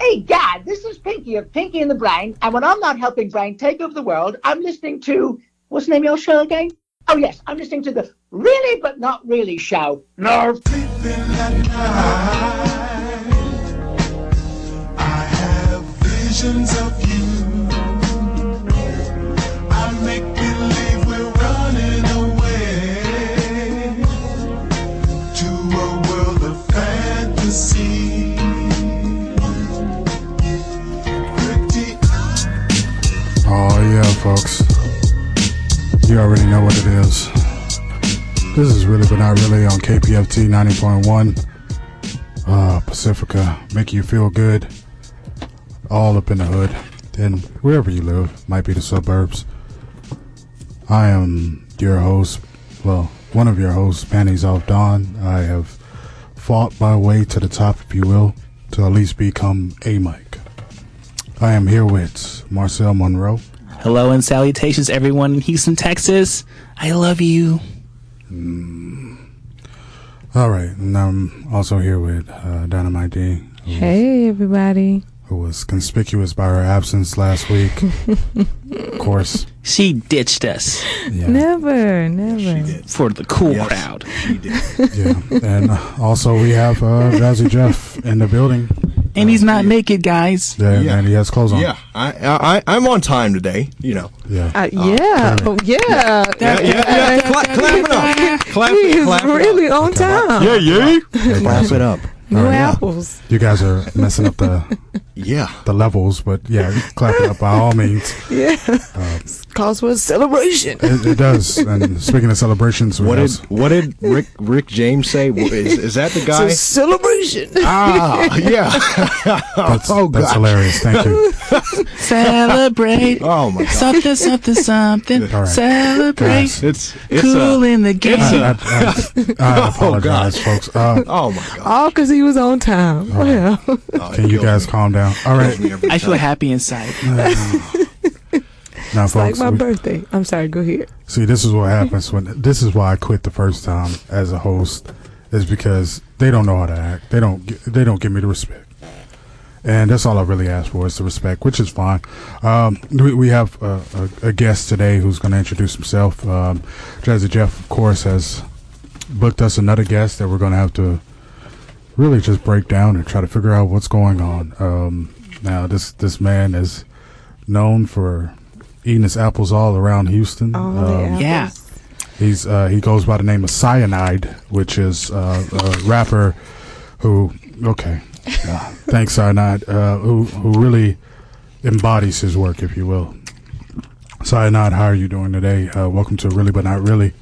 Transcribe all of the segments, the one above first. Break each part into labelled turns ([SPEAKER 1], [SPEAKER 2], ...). [SPEAKER 1] Hey, Dad, this is Pinky of Pinky and the Brain. And when I'm not helping Brain take over the world, I'm listening to what's the name of your show again? Oh, yes, I'm listening to the Really But Not Really show. No.
[SPEAKER 2] visions of you. I make believe we're running away to a world of fantasy. Pretty
[SPEAKER 3] Oh, yeah, folks. You already know what it is. This is really, but not really on KPFT 90.1 uh, Pacifica. Make you feel good all up in the hood and wherever you live, might be the suburbs. I am your host, well, one of your hosts, Panties Off Dawn. I have fought my way to the top, if you will, to at least become a mic. I am here with Marcel Monroe.
[SPEAKER 4] Hello and salutations, everyone in Houston, Texas. I love you.
[SPEAKER 3] All right, and I'm also here with uh, Dynamite D, who,
[SPEAKER 5] Hey, everybody.
[SPEAKER 3] who was conspicuous by her absence last week. of course,
[SPEAKER 4] She ditched us
[SPEAKER 3] yeah,
[SPEAKER 5] Never, never.
[SPEAKER 4] for the cool crowd.
[SPEAKER 3] yeah. And uh, also we have uh, Razzie Jeff in the building,
[SPEAKER 4] And he's not naked, guys.
[SPEAKER 3] yeah,
[SPEAKER 6] Yeah.
[SPEAKER 3] and he has clothes on.
[SPEAKER 6] Yeah, I, I, I- I'm on time today. You know.
[SPEAKER 3] yeah.
[SPEAKER 5] Uh, yeah, oh, yeah.
[SPEAKER 6] Yeah, yeah, yeah. Cla- clap it up. Clap
[SPEAKER 5] He
[SPEAKER 6] it.
[SPEAKER 5] is
[SPEAKER 6] Clap
[SPEAKER 5] really
[SPEAKER 6] it
[SPEAKER 5] on time.
[SPEAKER 6] up. yeah.
[SPEAKER 3] Hey, guys,
[SPEAKER 6] Clap it up.
[SPEAKER 5] No
[SPEAKER 3] All right.
[SPEAKER 5] apples.
[SPEAKER 3] You guys are messing up the
[SPEAKER 6] Yeah.
[SPEAKER 3] the levels, but yeah, clap it up by all means.
[SPEAKER 5] Calls for a celebration.
[SPEAKER 3] It, it does. And speaking of celebrations, we
[SPEAKER 6] What
[SPEAKER 3] have
[SPEAKER 6] did what did Rick Rick James say? Wh- Is, is that the guy?
[SPEAKER 5] It's a celebration.
[SPEAKER 6] ah, yeah.
[SPEAKER 3] That's,
[SPEAKER 6] Oh,
[SPEAKER 3] that's
[SPEAKER 6] gosh.
[SPEAKER 3] hilarious. Thank you.
[SPEAKER 4] Celebrate.
[SPEAKER 6] Oh my god.
[SPEAKER 4] Something, something, something.
[SPEAKER 3] All right.
[SPEAKER 4] Celebrate.
[SPEAKER 3] Guys,
[SPEAKER 6] It's it's uh,
[SPEAKER 4] cool
[SPEAKER 6] a,
[SPEAKER 4] in the game.
[SPEAKER 6] it's
[SPEAKER 3] I,
[SPEAKER 6] a-
[SPEAKER 3] I- I- I apologize, folks. Uh,
[SPEAKER 6] Oh my god.
[SPEAKER 5] All because he was on time. Well,
[SPEAKER 6] Oh, it
[SPEAKER 3] can you
[SPEAKER 6] kills
[SPEAKER 3] guys
[SPEAKER 6] me.
[SPEAKER 3] calm down? All
[SPEAKER 6] Kills
[SPEAKER 3] right,
[SPEAKER 6] me every
[SPEAKER 4] I feel
[SPEAKER 6] time.
[SPEAKER 4] happy inside.
[SPEAKER 3] now,
[SPEAKER 5] it's like
[SPEAKER 3] folks.
[SPEAKER 5] my
[SPEAKER 3] we-
[SPEAKER 5] birthday. I'm sorry, go ahead.
[SPEAKER 3] see, this is what happens when. This is why I quit the first time as a host, is because they don't know how to act. They don't. gi- They don't give me the respect, and that's all I really ask for is the respect, which is fine. Um, we, we have a, a, a guest today who's going to introduce himself. Um, Jazzy Jeff, of course, has booked us another guest that we're going to have to really just break down and try to figure out what's going on. Um, now, this this man is known for eating his apples all around Houston.
[SPEAKER 6] Uh,
[SPEAKER 5] All
[SPEAKER 3] Um,
[SPEAKER 5] the
[SPEAKER 4] yeah.
[SPEAKER 5] apples.
[SPEAKER 3] He's uh, he goes by the name of Cyanide, which is uh, a rapper who okay, Uh, thanks Cyanide, uh, who who really embodies his work, if you will. Cyanide, how are you doing today? Uh, welcome to Really But Not Really.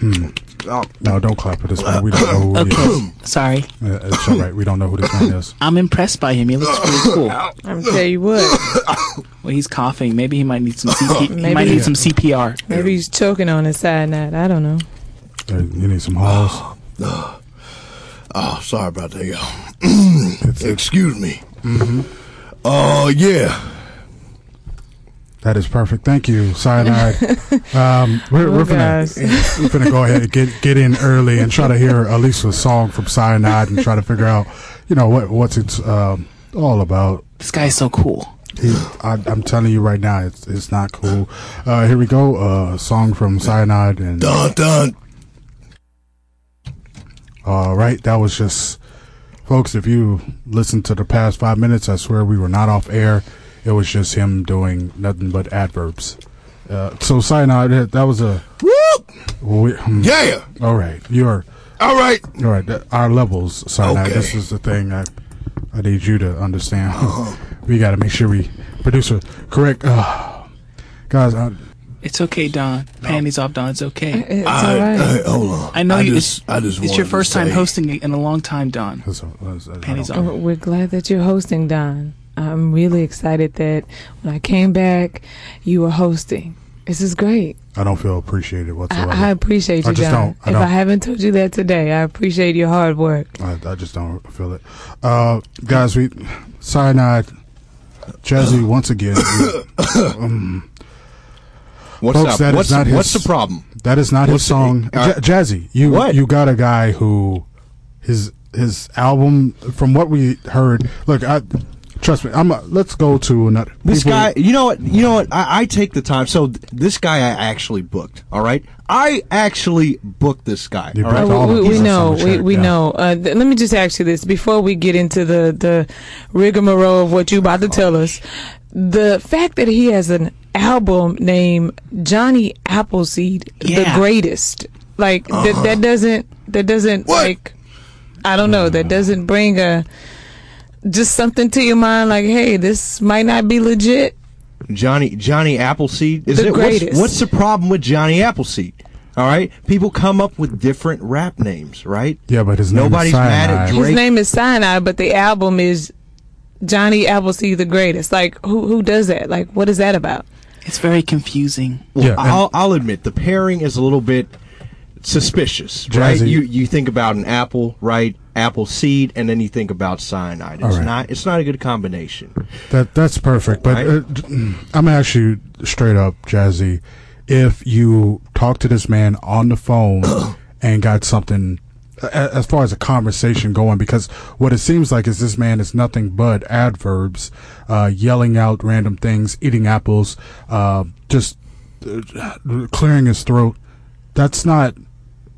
[SPEAKER 3] Hmm.
[SPEAKER 6] Oh,
[SPEAKER 3] No, don't clap at this man. We don't know who he is.
[SPEAKER 4] Okay. Sorry.
[SPEAKER 3] Uh, it's all right. We don't know who this man is.
[SPEAKER 4] I'm impressed by him. He looks pretty cool.
[SPEAKER 5] I'm tell you what.
[SPEAKER 4] Well, he's coughing. Maybe he might need some
[SPEAKER 3] Oh,
[SPEAKER 4] CP- he
[SPEAKER 5] Maybe-
[SPEAKER 4] might need some CPR.
[SPEAKER 5] Maybe he's choking on his side night. I don't know.
[SPEAKER 3] Uh, You need some halls.
[SPEAKER 6] oh, sorry about that, y'all. Excuse me.
[SPEAKER 3] Mm-hmm.
[SPEAKER 6] Oh yeah.
[SPEAKER 3] That is perfect. Thank you, Cyanide. Um, we're we're
[SPEAKER 5] Oh,
[SPEAKER 3] finna,
[SPEAKER 5] guys.
[SPEAKER 3] we're finna go ahead and get, get in early and try to hear at least a song from Cyanide and try to figure out, you know, what what's it's um, all about.
[SPEAKER 4] This guy's so cool.
[SPEAKER 3] He, I, I'm telling you right now, it's it's not cool. Uh, here we go. Uh, song from Cyanide and
[SPEAKER 6] Dun dun.
[SPEAKER 3] All right, that was just, folks. If you listen to the past five minutes, I swear we were not off air. It was just him doing nothing but adverbs. Uh, so cyanide. That, that was a.
[SPEAKER 6] Whoop.
[SPEAKER 3] we- hmm,
[SPEAKER 6] Yeah.
[SPEAKER 3] All right, you're
[SPEAKER 6] All right.
[SPEAKER 3] all right. th- Our levels, cyanide.
[SPEAKER 6] Okay.
[SPEAKER 3] This is the thing I, I need you to understand. we got to make sure we producer correct. Uh, guys, I,
[SPEAKER 4] It's okay, Don. Panties off, Don. It's okay.
[SPEAKER 5] It's all right.
[SPEAKER 6] Hey, hold on.
[SPEAKER 4] I know you.
[SPEAKER 6] Just,
[SPEAKER 4] it's
[SPEAKER 6] I just
[SPEAKER 4] it's your
[SPEAKER 6] wanted to
[SPEAKER 4] first time
[SPEAKER 6] say-
[SPEAKER 4] hosting in a long time, Don.
[SPEAKER 3] that's all- that's- that's- uh, I
[SPEAKER 4] Panties
[SPEAKER 3] don't-
[SPEAKER 4] off.
[SPEAKER 5] We're glad that you're hosting, Don. I'm really excited that when I came back, you were hosting. This is great.
[SPEAKER 3] I don't feel appreciated whatsoever.
[SPEAKER 5] I, I appreciate
[SPEAKER 3] I
[SPEAKER 5] you,
[SPEAKER 3] just
[SPEAKER 5] John.
[SPEAKER 3] don't- I
[SPEAKER 5] if
[SPEAKER 3] don't-
[SPEAKER 5] I haven't told you that today, I appreciate your hard work.
[SPEAKER 3] I, I just don't feel it. Uh, guys, we cyanide. Jazzy once again. we-
[SPEAKER 6] What's
[SPEAKER 3] Folks,
[SPEAKER 6] up?
[SPEAKER 3] that is
[SPEAKER 6] what's,
[SPEAKER 3] not his-
[SPEAKER 6] what's the problem?
[SPEAKER 3] that is not his
[SPEAKER 6] What's the-
[SPEAKER 3] song.
[SPEAKER 6] uh,
[SPEAKER 3] Ja- Jazzy, you
[SPEAKER 6] What?
[SPEAKER 3] you got a guy who his his album. From what we heard, look, I trust me. I'm. A, let's go to another.
[SPEAKER 7] This
[SPEAKER 3] people-
[SPEAKER 7] guy, you know what? You know what? I, I take the time. So th- this guy, I actually booked. All right, I actually booked this guy.
[SPEAKER 3] You
[SPEAKER 7] all right,
[SPEAKER 3] booked all
[SPEAKER 5] Uh,
[SPEAKER 3] of
[SPEAKER 5] we,
[SPEAKER 3] them.
[SPEAKER 5] we, we
[SPEAKER 3] That's
[SPEAKER 5] know,
[SPEAKER 3] on the
[SPEAKER 5] we,
[SPEAKER 3] track,
[SPEAKER 5] we
[SPEAKER 3] yeah.
[SPEAKER 5] know. Uh, th- let me just ask you this before we get into the the rigmarole of what you about to tell us. The fact that he has an album named Johnny Appleseed,
[SPEAKER 4] Yeah.
[SPEAKER 5] the greatest, like that
[SPEAKER 3] Uh-huh.
[SPEAKER 5] that doesn't that doesn't like I don't know
[SPEAKER 3] Mm.
[SPEAKER 5] that doesn't bring a just something to your mind like hey this might not be legit.
[SPEAKER 7] Johnny Johnny Appleseed. Is
[SPEAKER 5] The
[SPEAKER 7] it what's,
[SPEAKER 5] greatest.
[SPEAKER 7] what's the problem with Johnny Appleseed? All right, people come up with different rap names, right?
[SPEAKER 3] Yeah, but his name is
[SPEAKER 7] nobody's mad at
[SPEAKER 3] Cyanide.
[SPEAKER 7] Drake.
[SPEAKER 5] His name is Sinai, but the album is Johnny Appleseed, the greatest. Like who who does that? Like what is that about?
[SPEAKER 4] It's very confusing.
[SPEAKER 7] Well,
[SPEAKER 3] Yeah, and-
[SPEAKER 7] I'll, I'll admit the pairing is a little bit suspicious, right?
[SPEAKER 3] Jazzy.
[SPEAKER 7] You you think about an apple, right? Apple seed, and then you think about cyanide. It's
[SPEAKER 3] right.
[SPEAKER 7] not it's not a good combination.
[SPEAKER 3] That that's perfect. But
[SPEAKER 7] Right?
[SPEAKER 3] uh, I'm gonna ask you straight up, Jazzy, if you talked to this man on the phone and got something a- as far as a conversation going, because what it seems like is this man is nothing but adverbs, uh, yelling out random things, eating apples, uh, just uh, clearing his throat. That's not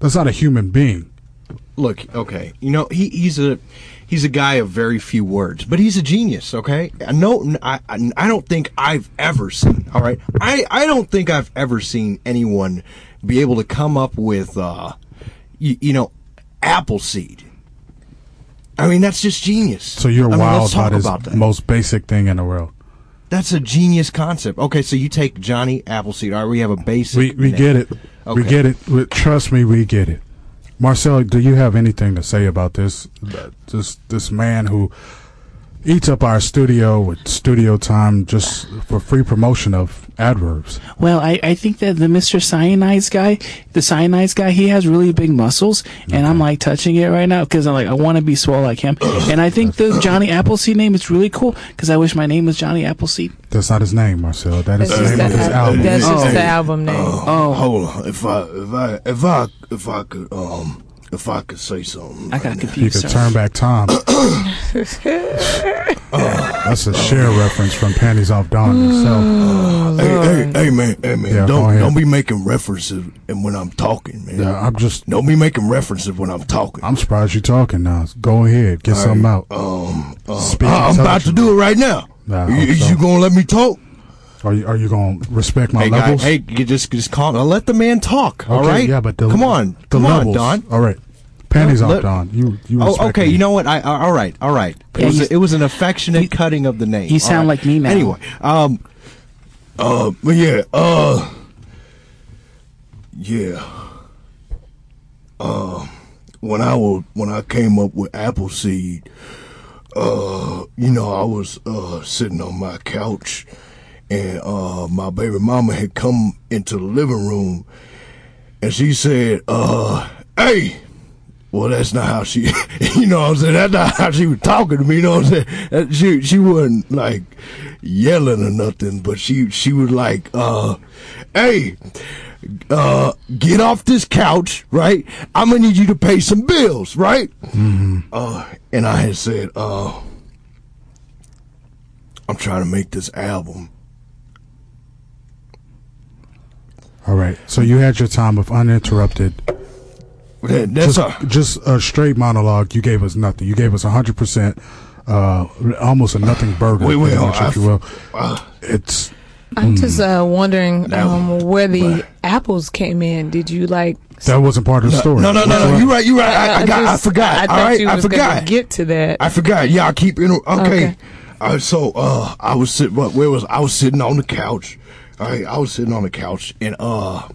[SPEAKER 3] that's not a human being.
[SPEAKER 7] Look, okay, you know he, he's a he's a guy of very few words, but he's a genius. Okay, I know I I I don't think I've ever seen. All right, I I don't think I've ever seen anyone be able to come up with uh, you, you know, apple seed. I mean that's just genius.
[SPEAKER 3] So you're
[SPEAKER 7] I mean,
[SPEAKER 3] wild
[SPEAKER 7] let's talk
[SPEAKER 3] about his
[SPEAKER 7] about that.
[SPEAKER 3] most basic thing in the world.
[SPEAKER 7] That's a genius concept. Okay, so you take Johnny Appleseed. All right, we have a basic.
[SPEAKER 3] We we
[SPEAKER 7] name.
[SPEAKER 3] get it. We
[SPEAKER 7] Okay.
[SPEAKER 3] get it. We- trust me, we get it. Marcel, do you have anything to say about this? This this man who eats up our studio with studio time just for free promotion of adverbs.
[SPEAKER 4] Well, I, I think that the Mr. Cyanides guy, the Cyanides guy, he has really big muscles, and I'm like touching it right now because I'm like I want to be swole like him. and I think the Johnny Appleseed name is really cool because I wish my name was Johnny Appleseed.
[SPEAKER 3] That's not his name, Marcel. That is
[SPEAKER 5] That's
[SPEAKER 3] the
[SPEAKER 5] just,
[SPEAKER 3] name of
[SPEAKER 5] the,
[SPEAKER 3] his
[SPEAKER 5] al-
[SPEAKER 3] album.
[SPEAKER 5] that's just
[SPEAKER 4] Oh.
[SPEAKER 5] the album name.
[SPEAKER 4] Oh,
[SPEAKER 6] Hold on, if I if I if I if I could um if I could say something.
[SPEAKER 4] I got
[SPEAKER 3] you
[SPEAKER 4] confused.
[SPEAKER 3] could
[SPEAKER 4] sorry.
[SPEAKER 3] turn back time. Uh, That's a share reference from Panties Off Don
[SPEAKER 6] Mm.
[SPEAKER 3] himself.
[SPEAKER 6] Hey, hey, hey, man, hey, man!
[SPEAKER 3] Yeah, go
[SPEAKER 6] don't
[SPEAKER 3] ahead.
[SPEAKER 6] don't be making references and when I'm talking, man.
[SPEAKER 3] Yeah, I'm just,
[SPEAKER 6] Don't be making references when I'm talking.
[SPEAKER 3] I'm surprised you're talking now. Go ahead, get something out.
[SPEAKER 6] um, uh,
[SPEAKER 3] Speak
[SPEAKER 6] I- I'm about to
[SPEAKER 3] intelligently.
[SPEAKER 6] do it right now.
[SPEAKER 3] Nah, I
[SPEAKER 6] you,
[SPEAKER 3] hope so.
[SPEAKER 6] you gonna let me talk?
[SPEAKER 3] Are you, are you going to respect my
[SPEAKER 7] Hey, guy,
[SPEAKER 3] levels?
[SPEAKER 7] hey, you just just calm. Now let the man talk. all
[SPEAKER 3] Okay,
[SPEAKER 7] right.
[SPEAKER 3] Yeah, but the,
[SPEAKER 7] come on,
[SPEAKER 3] the
[SPEAKER 7] come
[SPEAKER 3] levels.
[SPEAKER 7] on, Don.
[SPEAKER 3] All right, panties
[SPEAKER 7] No,
[SPEAKER 3] off,
[SPEAKER 7] let-
[SPEAKER 3] Don. You, you.
[SPEAKER 7] Oh,
[SPEAKER 3] respect
[SPEAKER 7] okay.
[SPEAKER 3] me.
[SPEAKER 7] You know what? I I- all right, all right. It
[SPEAKER 4] Yeah,
[SPEAKER 7] was
[SPEAKER 4] you-
[SPEAKER 7] a, it was an affectionate
[SPEAKER 4] you-
[SPEAKER 7] cutting of the name.
[SPEAKER 4] you
[SPEAKER 7] All
[SPEAKER 4] sound
[SPEAKER 7] right.
[SPEAKER 4] like me now.
[SPEAKER 7] Anyway, um,
[SPEAKER 6] Uh, but yeah, uh, yeah. Uh, when I was when I came up with Appleseed, uh, you know, I was uh sitting on my couch, and uh, my baby mama had come into the living room, and she said, uh, hey. Well, that's not how she, you know what I'm saying? That's not how she was talking to me, you know what I'm saying? That- She, she wasn't like yelling or nothing, but she, she was like, uh, hey, uh, get off this couch, right? I'm gonna need you to pay some bills, right?
[SPEAKER 3] Mm-hmm.
[SPEAKER 6] Uh, and I had said, uh, I'm trying to make this album.
[SPEAKER 3] All right. So you had your time of uninterrupted.
[SPEAKER 6] That- that's
[SPEAKER 3] just,
[SPEAKER 6] a,
[SPEAKER 3] just a straight monologue. You gave us nothing. You gave us hundred percent, uh, almost a nothing burger.
[SPEAKER 6] Wait, wait,
[SPEAKER 3] pretty much,
[SPEAKER 6] oh,
[SPEAKER 3] if
[SPEAKER 6] I-
[SPEAKER 3] you will.
[SPEAKER 7] uh,
[SPEAKER 3] it's
[SPEAKER 5] I'm just uh, wondering
[SPEAKER 6] Now,
[SPEAKER 5] um, where the
[SPEAKER 6] right.
[SPEAKER 5] apples came in. Did you like?
[SPEAKER 3] that wasn't part of the story.
[SPEAKER 6] no, no, no, no, you right, you right. I, I got, I
[SPEAKER 5] just-
[SPEAKER 6] forgot.
[SPEAKER 5] I,
[SPEAKER 6] All
[SPEAKER 5] thought
[SPEAKER 6] right,
[SPEAKER 5] you
[SPEAKER 6] I
[SPEAKER 5] was gonna
[SPEAKER 6] forgot.
[SPEAKER 5] Get to that.
[SPEAKER 6] I forgot. Yeah, I keep in. Okay.
[SPEAKER 5] Okay.
[SPEAKER 6] Uh, so uh, I was sitting. What? Where was I? Was sitting on the couch. All right, I was sitting on the couch, and uh,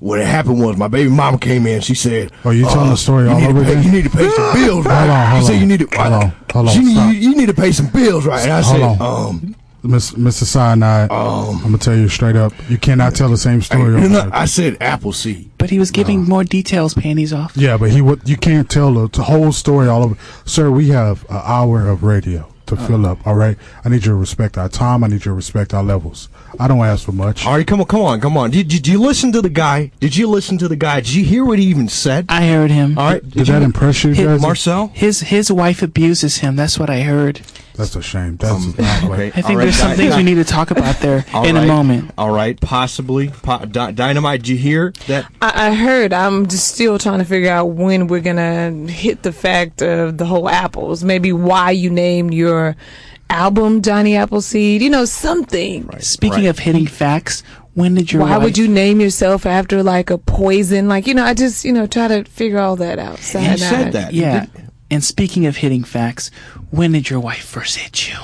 [SPEAKER 6] what had happened was my baby mama came in. She said,
[SPEAKER 3] Oh, you telling
[SPEAKER 6] uh,
[SPEAKER 3] the story
[SPEAKER 6] you
[SPEAKER 3] all
[SPEAKER 6] need to
[SPEAKER 3] over
[SPEAKER 6] pay-
[SPEAKER 3] again?
[SPEAKER 6] You need to pay some bills. Right?
[SPEAKER 3] on, hold
[SPEAKER 6] she
[SPEAKER 3] on.
[SPEAKER 6] said you need to.
[SPEAKER 3] Hold on, hold on,
[SPEAKER 6] She,
[SPEAKER 3] stop.
[SPEAKER 6] need- you, you need to pay some bills, right? And I
[SPEAKER 3] Hold
[SPEAKER 6] said,
[SPEAKER 3] on.
[SPEAKER 6] um,
[SPEAKER 3] Miss, Mr. Cyanide.
[SPEAKER 7] um,
[SPEAKER 3] I'm gonna tell you straight up. You cannot tell the same
[SPEAKER 6] I,
[SPEAKER 3] story.
[SPEAKER 6] no,
[SPEAKER 3] over
[SPEAKER 6] no,
[SPEAKER 3] again.
[SPEAKER 6] I said Appleseed.
[SPEAKER 4] But he was giving more details. Panties off.
[SPEAKER 3] yeah, but he would. You can't tell the, the whole story all over. Sir, we have an hour of radio. to fill up. All right, I need you to respect our time. I need you to respect our levels. I don't ask for much.
[SPEAKER 7] All right, come on, come on, come on. Did, did you listen to the guy? Did you listen to the guy? Did you hear what he even said?
[SPEAKER 4] I heard him.
[SPEAKER 7] All right, did,
[SPEAKER 3] Did
[SPEAKER 7] you,
[SPEAKER 3] that impress you
[SPEAKER 4] Hit
[SPEAKER 3] guys?
[SPEAKER 7] Marcel?
[SPEAKER 4] His his wife abuses him. That's what I heard.
[SPEAKER 3] That's a shame. That's
[SPEAKER 6] Um,
[SPEAKER 3] not what-
[SPEAKER 7] okay.
[SPEAKER 4] I think
[SPEAKER 7] All right,
[SPEAKER 4] there's some
[SPEAKER 7] guys.
[SPEAKER 4] things we need to talk about there
[SPEAKER 7] All
[SPEAKER 4] in a
[SPEAKER 7] right.
[SPEAKER 4] moment.
[SPEAKER 7] All right, possibly. Po- Di- dynamite, did you hear that?
[SPEAKER 5] I, I heard. I'm just still trying to figure out when we're gonna hit the fact of the whole apples. Maybe why you named your album Johnny Appleseed. You know something.
[SPEAKER 4] Speaking
[SPEAKER 7] right.
[SPEAKER 4] of hitting facts, when did your
[SPEAKER 5] Why
[SPEAKER 4] wife-
[SPEAKER 5] would you name yourself after like a poison? Like you know, I just you know try to figure all that out.
[SPEAKER 7] He
[SPEAKER 5] Cyanide.
[SPEAKER 7] said that.
[SPEAKER 4] Yeah. And speaking of hitting facts, when did your wife first hit you,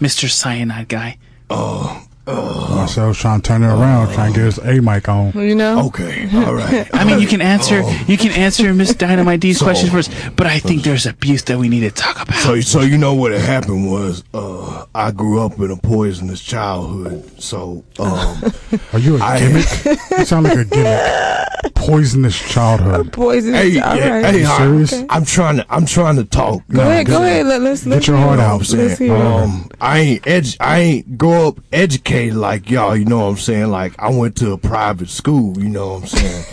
[SPEAKER 4] Mister Cyanide guy?
[SPEAKER 3] Marcel's trying to turn it around, trying to get his A mic on.
[SPEAKER 5] You know.
[SPEAKER 6] "Um,
[SPEAKER 3] Oh.
[SPEAKER 6] Okay, all right.
[SPEAKER 4] I mean, you can answer you can answer Miss Dynamite D's
[SPEAKER 6] Oh. So-
[SPEAKER 4] questions first, but I think there's abuse that we need to talk about.
[SPEAKER 6] So, so you know what had happened was uh, I grew up in a poisonous childhood. So um,
[SPEAKER 3] Are you a
[SPEAKER 6] I-
[SPEAKER 3] gimmick? you sound like a gimmick. Poisonous childhood.
[SPEAKER 5] Poison.
[SPEAKER 6] hey,
[SPEAKER 5] all
[SPEAKER 6] yeah,
[SPEAKER 5] right.
[SPEAKER 6] hey,
[SPEAKER 3] You
[SPEAKER 6] I-
[SPEAKER 3] serious?
[SPEAKER 6] I'm trying to I'm trying to talk.
[SPEAKER 5] Go ahead. Go ahead. Let, us
[SPEAKER 3] Get your heart out.
[SPEAKER 6] You know what I'm
[SPEAKER 5] Let's
[SPEAKER 6] saying?
[SPEAKER 5] hear it.
[SPEAKER 6] Um, I ain't edu- I ain't grow up educated like y'all. You know what I'm saying? Like I went to a private school. You know what I'm saying?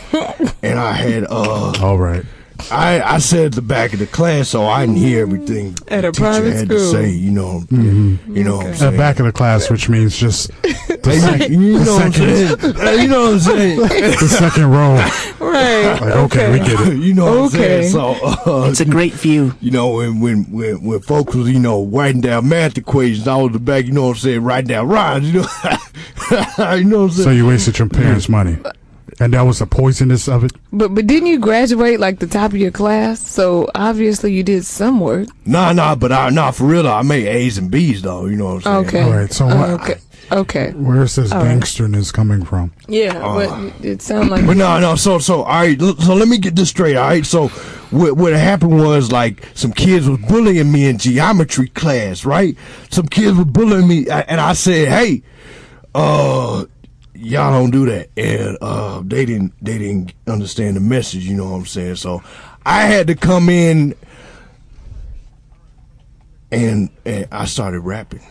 [SPEAKER 6] and I had uh,
[SPEAKER 3] All right.
[SPEAKER 6] I I sat at the back of the class, so I didn't hear everything
[SPEAKER 5] At
[SPEAKER 6] the
[SPEAKER 5] a
[SPEAKER 6] teacher
[SPEAKER 5] private
[SPEAKER 6] had
[SPEAKER 5] school.
[SPEAKER 6] to say. You know, you know what I'm
[SPEAKER 3] Mm-hmm. At
[SPEAKER 6] saying?
[SPEAKER 3] the back of the class, which means just the, sec-
[SPEAKER 6] you know what I'm
[SPEAKER 3] second-
[SPEAKER 6] saying? Hey, you know what I'm saying?
[SPEAKER 3] the second row.
[SPEAKER 5] Right.
[SPEAKER 3] Like, okay, we get it.
[SPEAKER 6] you know what
[SPEAKER 5] Okay.
[SPEAKER 6] I'm saying? So, uh,
[SPEAKER 4] It's a great view.
[SPEAKER 6] you know, when, when, when, when folks was, you know, writing down math equations, I was the back, you know what I'm saying, writing down rhymes, you know, you know what I'm
[SPEAKER 3] So
[SPEAKER 6] saying?
[SPEAKER 3] you wasted your parents' money. And that was the poisonous of it.
[SPEAKER 5] But but didn't you graduate like the top of your class? So obviously you did some work.
[SPEAKER 6] nah, nah, but I, nah, for real, though, I made A's and B's though, you know what I'm saying?
[SPEAKER 5] Okay.
[SPEAKER 3] All right, so what-
[SPEAKER 5] okay. Okay.
[SPEAKER 3] Where's this
[SPEAKER 5] All right.
[SPEAKER 3] gangsterness coming from?
[SPEAKER 5] Yeah.
[SPEAKER 3] Uh,
[SPEAKER 5] but it sounded like.
[SPEAKER 6] But no, no. So, so all right. l- So let me get this straight. All right. So, what what happened was like some kids was bullying me in geometry class, right? Some kids were bullying me, a- and I said, "Hey, uh, y'all don't do that." And uh, they didn't they didn't understand the message. You know what I'm saying? So, I had to come in, and and I started rapping.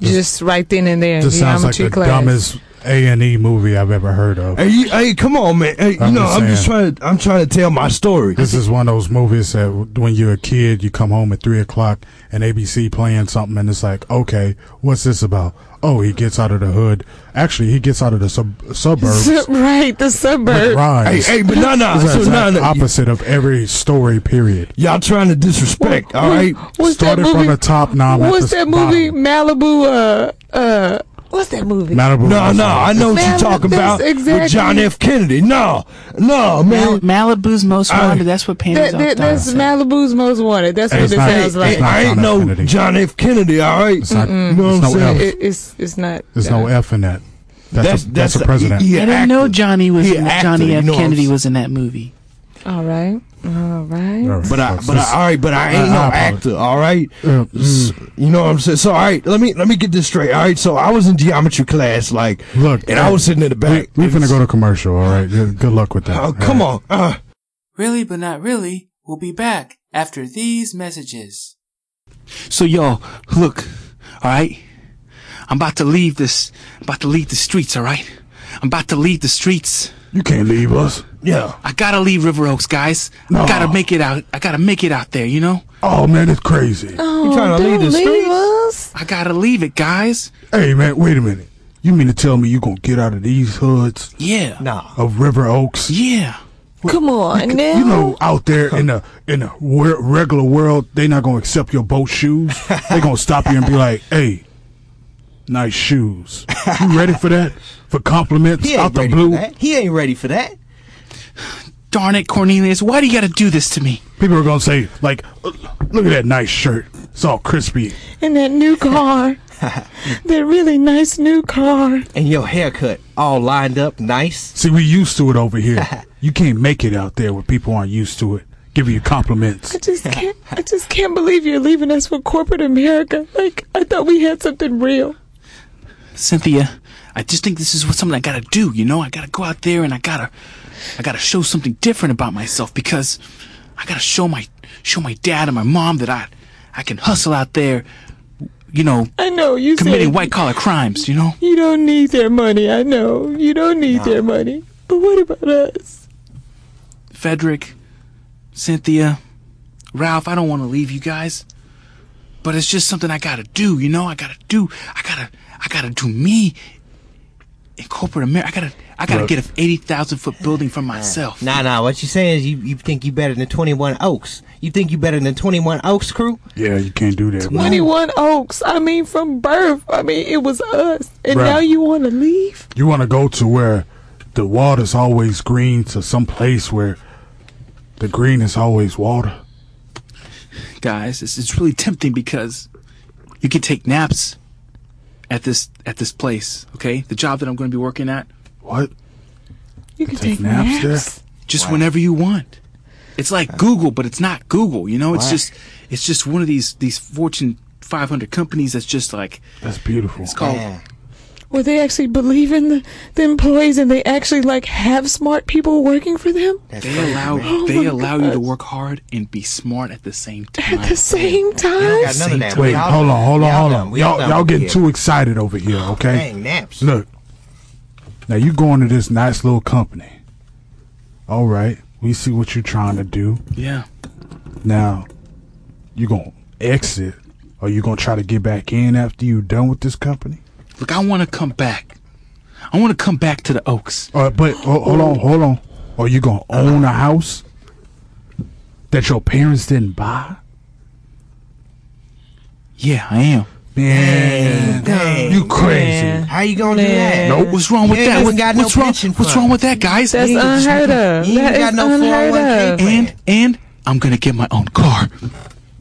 [SPEAKER 5] just right then and there. in
[SPEAKER 3] This sounds like
[SPEAKER 5] geometry
[SPEAKER 3] the
[SPEAKER 5] class.
[SPEAKER 3] dumbest A and E movie I've ever heard of.
[SPEAKER 6] Hey, you, hey, come on, man. Hey, you
[SPEAKER 3] I'm
[SPEAKER 6] know,
[SPEAKER 3] just
[SPEAKER 6] I'm just trying. To, I'm trying to tell my story.
[SPEAKER 3] This is one of those movies that when you're a kid, you come home at three o'clock and ABC playing something, and it's like, okay, what's this about? Oh, he gets out of the hood. Actually, he gets out of the sub- suburbs.
[SPEAKER 5] Sub- right, the
[SPEAKER 3] with
[SPEAKER 5] suburb.
[SPEAKER 6] Hey,
[SPEAKER 3] rhymes.
[SPEAKER 6] hey, but no, no.
[SPEAKER 3] It's the
[SPEAKER 6] So, no,
[SPEAKER 3] exact
[SPEAKER 6] no.
[SPEAKER 3] opposite of every story. Period.
[SPEAKER 6] Y'all trying to disrespect, all right?
[SPEAKER 5] What's that
[SPEAKER 3] Started
[SPEAKER 5] movie?
[SPEAKER 3] from the top, now I'm at
[SPEAKER 5] What's
[SPEAKER 3] the
[SPEAKER 5] that movalibu
[SPEAKER 3] bottom.
[SPEAKER 5] Malibu? Uh, uh, what's that movie?
[SPEAKER 3] Malibu.
[SPEAKER 6] No,
[SPEAKER 3] House.
[SPEAKER 6] no, I know what
[SPEAKER 5] Man,
[SPEAKER 6] you're talking
[SPEAKER 5] that's
[SPEAKER 6] about
[SPEAKER 5] exactly-
[SPEAKER 6] with John F. Kennedy. No, no,
[SPEAKER 4] Mal-
[SPEAKER 6] man.
[SPEAKER 4] Malibu's most
[SPEAKER 6] I-
[SPEAKER 4] wanted. That's what Panda's
[SPEAKER 5] That,
[SPEAKER 4] all
[SPEAKER 5] that, that's Malibu's most wanted. That's
[SPEAKER 3] Hey,
[SPEAKER 5] what
[SPEAKER 3] it's
[SPEAKER 5] it
[SPEAKER 3] not-
[SPEAKER 5] sounds
[SPEAKER 3] hey,
[SPEAKER 5] like.
[SPEAKER 3] hey, not
[SPEAKER 6] I ain't
[SPEAKER 3] John F.
[SPEAKER 6] no
[SPEAKER 3] Kennedy.
[SPEAKER 6] John F. Kennedy, all right?
[SPEAKER 3] It's not-
[SPEAKER 6] you know
[SPEAKER 3] it's
[SPEAKER 6] what I'm
[SPEAKER 3] no
[SPEAKER 6] saying?
[SPEAKER 3] F.
[SPEAKER 5] it, it's it's not.
[SPEAKER 3] There's no F in that. That's
[SPEAKER 6] That's E,
[SPEAKER 3] a, that's, a president.
[SPEAKER 6] he- he
[SPEAKER 4] I didn't know
[SPEAKER 6] acted.
[SPEAKER 4] Johnny was
[SPEAKER 6] He
[SPEAKER 4] in
[SPEAKER 6] acted,
[SPEAKER 4] Johnny
[SPEAKER 6] you
[SPEAKER 4] F.
[SPEAKER 6] know what I'm
[SPEAKER 4] Kennedy
[SPEAKER 6] saying?
[SPEAKER 4] was in that movie.
[SPEAKER 5] All right, all right.
[SPEAKER 3] All right,
[SPEAKER 6] But I,
[SPEAKER 3] folks,
[SPEAKER 6] but
[SPEAKER 3] this-
[SPEAKER 6] I, all right, but I ain't
[SPEAKER 3] I-
[SPEAKER 6] no
[SPEAKER 3] I apologize.
[SPEAKER 6] actor, all right.
[SPEAKER 3] Yeah, mm.
[SPEAKER 6] S- You know what I'm saying? So, all right, let me let me get this straight, all right. So, I was in geometry class, like,
[SPEAKER 3] Look,
[SPEAKER 6] and I was sitting in the back.
[SPEAKER 3] we, we're gonna go to commercial. All right. Good, good luck with that.
[SPEAKER 6] Oh, come on. Uh,
[SPEAKER 4] Really, but not really. We'll be back after these messages. So, y'all, look, all right. I'm about to leave this. About to leave the streets. All right. I'm about to leave the streets.
[SPEAKER 3] You can't leave us.
[SPEAKER 6] yeah.
[SPEAKER 4] I gotta leave River Oaks, guys. I
[SPEAKER 3] No.
[SPEAKER 4] gotta make it out. I gotta make it out there. You know.
[SPEAKER 3] Oh man, it's crazy.
[SPEAKER 7] Uh-huh.
[SPEAKER 5] Oh,
[SPEAKER 6] trying to leave
[SPEAKER 5] don't
[SPEAKER 6] the streets?
[SPEAKER 5] us.
[SPEAKER 4] I gotta leave it, guys.
[SPEAKER 3] Hey man, wait a minute. You mean to tell me you gonna get out of these hoods
[SPEAKER 4] Yeah.
[SPEAKER 7] Nah.
[SPEAKER 3] of River Oaks?
[SPEAKER 4] Yeah.
[SPEAKER 5] Come on now.
[SPEAKER 3] You know, out there in the in the wer- regular world, they not gonna accept your boat shoes. they gonna stop you and be like, "Hey, nice shoes. You ready for that? For compliments
[SPEAKER 7] He
[SPEAKER 3] out
[SPEAKER 7] ain't
[SPEAKER 3] the
[SPEAKER 7] ready for
[SPEAKER 3] blue."
[SPEAKER 7] that. He ain't ready for that.
[SPEAKER 4] Darn it, Cornelius. Why do you gotta do this to me?
[SPEAKER 3] People are gonna say, "Like, look at that nice shirt. It's all crispy."
[SPEAKER 5] in that new car, that really nice new car.
[SPEAKER 7] And your haircut all lined up nice.
[SPEAKER 3] See, we used to it over here. you can't make it out there where people aren't used to it. Give you compliments.
[SPEAKER 5] I just can't. I just can't believe you're leaving us for corporate America. Like I thought we had something real.
[SPEAKER 4] Cynthia, I just think this is what something I gotta do. You know, I gotta go out there and I gotta, I gotta show something different about myself because I gotta show my show my dad and my mom that I I can hustle out there, you know,
[SPEAKER 5] I know you
[SPEAKER 4] committing
[SPEAKER 5] said
[SPEAKER 4] white collar crimes. You know,
[SPEAKER 5] you don't need their money. I know you don't need their money, but what about us?
[SPEAKER 4] Frederick, Cynthia, Ralph. I don't want to leave you guys, but it's just something I gotta do. You know, I gotta do. I gotta I gotta do me. In corporate America, I gotta I gotta get an eighty thousand foot building for myself.
[SPEAKER 7] Nah, nah. What you saying is you, you think you better than Twenty One Oaks. You think you better than Twenty One Oaks crew?
[SPEAKER 3] Yeah, you can't do that. bro.
[SPEAKER 5] Twenty one Oaks. I mean, from birth. I mean, it was us, and
[SPEAKER 3] Right.
[SPEAKER 5] now you want to leave?
[SPEAKER 3] You want to go to where the water's always green, to some place where the green is always water.
[SPEAKER 4] guys. It's, it's really tempting because you can take naps at this at this place. Okay, the job that I'm going to be working at,
[SPEAKER 3] What?
[SPEAKER 5] You can
[SPEAKER 3] Take
[SPEAKER 5] take,
[SPEAKER 3] naps
[SPEAKER 5] naps.
[SPEAKER 3] there?
[SPEAKER 4] just whenever you want. It's like Google, but it's not Google. You know, it's just it's just one of these these Fortune 500 companies that's just like
[SPEAKER 3] That's beautiful.
[SPEAKER 4] it's called.
[SPEAKER 5] Well, they actually believe in the, the employees, and they actually like have smart people working for them
[SPEAKER 4] They allow
[SPEAKER 5] Oh
[SPEAKER 4] they
[SPEAKER 5] my
[SPEAKER 4] allow you to
[SPEAKER 5] gosh.
[SPEAKER 4] work hard and be smart at the same time.
[SPEAKER 5] at the same
[SPEAKER 7] I
[SPEAKER 5] time.
[SPEAKER 7] got none of that.
[SPEAKER 3] Wait,
[SPEAKER 7] We all
[SPEAKER 3] hold
[SPEAKER 7] done.
[SPEAKER 3] on, hold
[SPEAKER 7] We
[SPEAKER 3] on,
[SPEAKER 7] all
[SPEAKER 3] hold
[SPEAKER 7] done.
[SPEAKER 3] on.
[SPEAKER 7] We all
[SPEAKER 3] Y'all,
[SPEAKER 7] done
[SPEAKER 3] y'all
[SPEAKER 7] over
[SPEAKER 3] getting
[SPEAKER 7] here.
[SPEAKER 3] too excited over here, okay?
[SPEAKER 7] Dang, naps.
[SPEAKER 3] Look, now you going to this nice little company. All right, we see what you're trying to do.
[SPEAKER 4] Yeah,
[SPEAKER 3] Now, you gonna exit, or you gonna try to get back in after you done with this company?
[SPEAKER 4] look, I want to come back. I want to come back to the Oaks.
[SPEAKER 3] Uh, but ho- hold on, hold on. Are you gonna own a house that your parents didn't buy?
[SPEAKER 4] Yeah, I am.
[SPEAKER 3] Man, you crazy.
[SPEAKER 7] How you gonna
[SPEAKER 5] Man.
[SPEAKER 7] do that?
[SPEAKER 4] Oh, what's wrong with
[SPEAKER 7] You ain't
[SPEAKER 4] that?
[SPEAKER 7] even
[SPEAKER 4] What-
[SPEAKER 7] got no
[SPEAKER 4] what's wrong?
[SPEAKER 7] pension
[SPEAKER 4] What's
[SPEAKER 7] fund.
[SPEAKER 4] wrong with that, guys?
[SPEAKER 5] That's
[SPEAKER 7] ain't just-
[SPEAKER 5] unheard of.
[SPEAKER 7] you ain't
[SPEAKER 5] That
[SPEAKER 7] got
[SPEAKER 5] is
[SPEAKER 7] no
[SPEAKER 5] unheard
[SPEAKER 7] 401k.
[SPEAKER 5] of.
[SPEAKER 4] and and I'm gonna get my own car.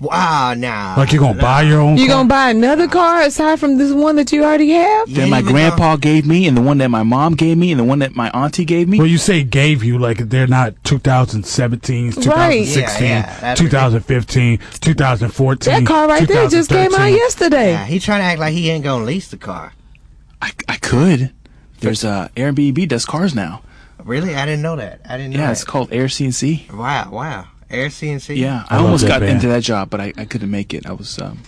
[SPEAKER 7] Wow, nah.
[SPEAKER 3] Like you're gonna buy your own
[SPEAKER 5] You
[SPEAKER 3] car?
[SPEAKER 5] gonna buy another car aside from this one that you already have?
[SPEAKER 7] You
[SPEAKER 4] That
[SPEAKER 7] ain't
[SPEAKER 4] my
[SPEAKER 7] even
[SPEAKER 4] grandpa gave me, and the one that my mom gave me, and the one that my auntie gave me.
[SPEAKER 3] well, you say gave you like they're not 2017s, 2016,
[SPEAKER 5] Right.
[SPEAKER 7] Yeah, yeah, that's
[SPEAKER 3] 2015, 2014.
[SPEAKER 7] Mm.
[SPEAKER 5] That car right there just came out
[SPEAKER 3] 2013.
[SPEAKER 5] yesterday.
[SPEAKER 7] Nah, he trying to act like he ain't gonna lease the car.
[SPEAKER 4] I, I could. There's uh, Airbnb does cars now.
[SPEAKER 7] Really? I didn't know that. I didn't know
[SPEAKER 4] Yeah,
[SPEAKER 7] that.
[SPEAKER 4] it's called Air CNC.
[SPEAKER 7] Wow, wow. Air CNC.
[SPEAKER 4] Yeah,
[SPEAKER 3] I
[SPEAKER 4] I,
[SPEAKER 3] love
[SPEAKER 4] almost
[SPEAKER 3] that
[SPEAKER 4] got
[SPEAKER 3] band.
[SPEAKER 4] into that job, but I, I couldn't make it. I was um.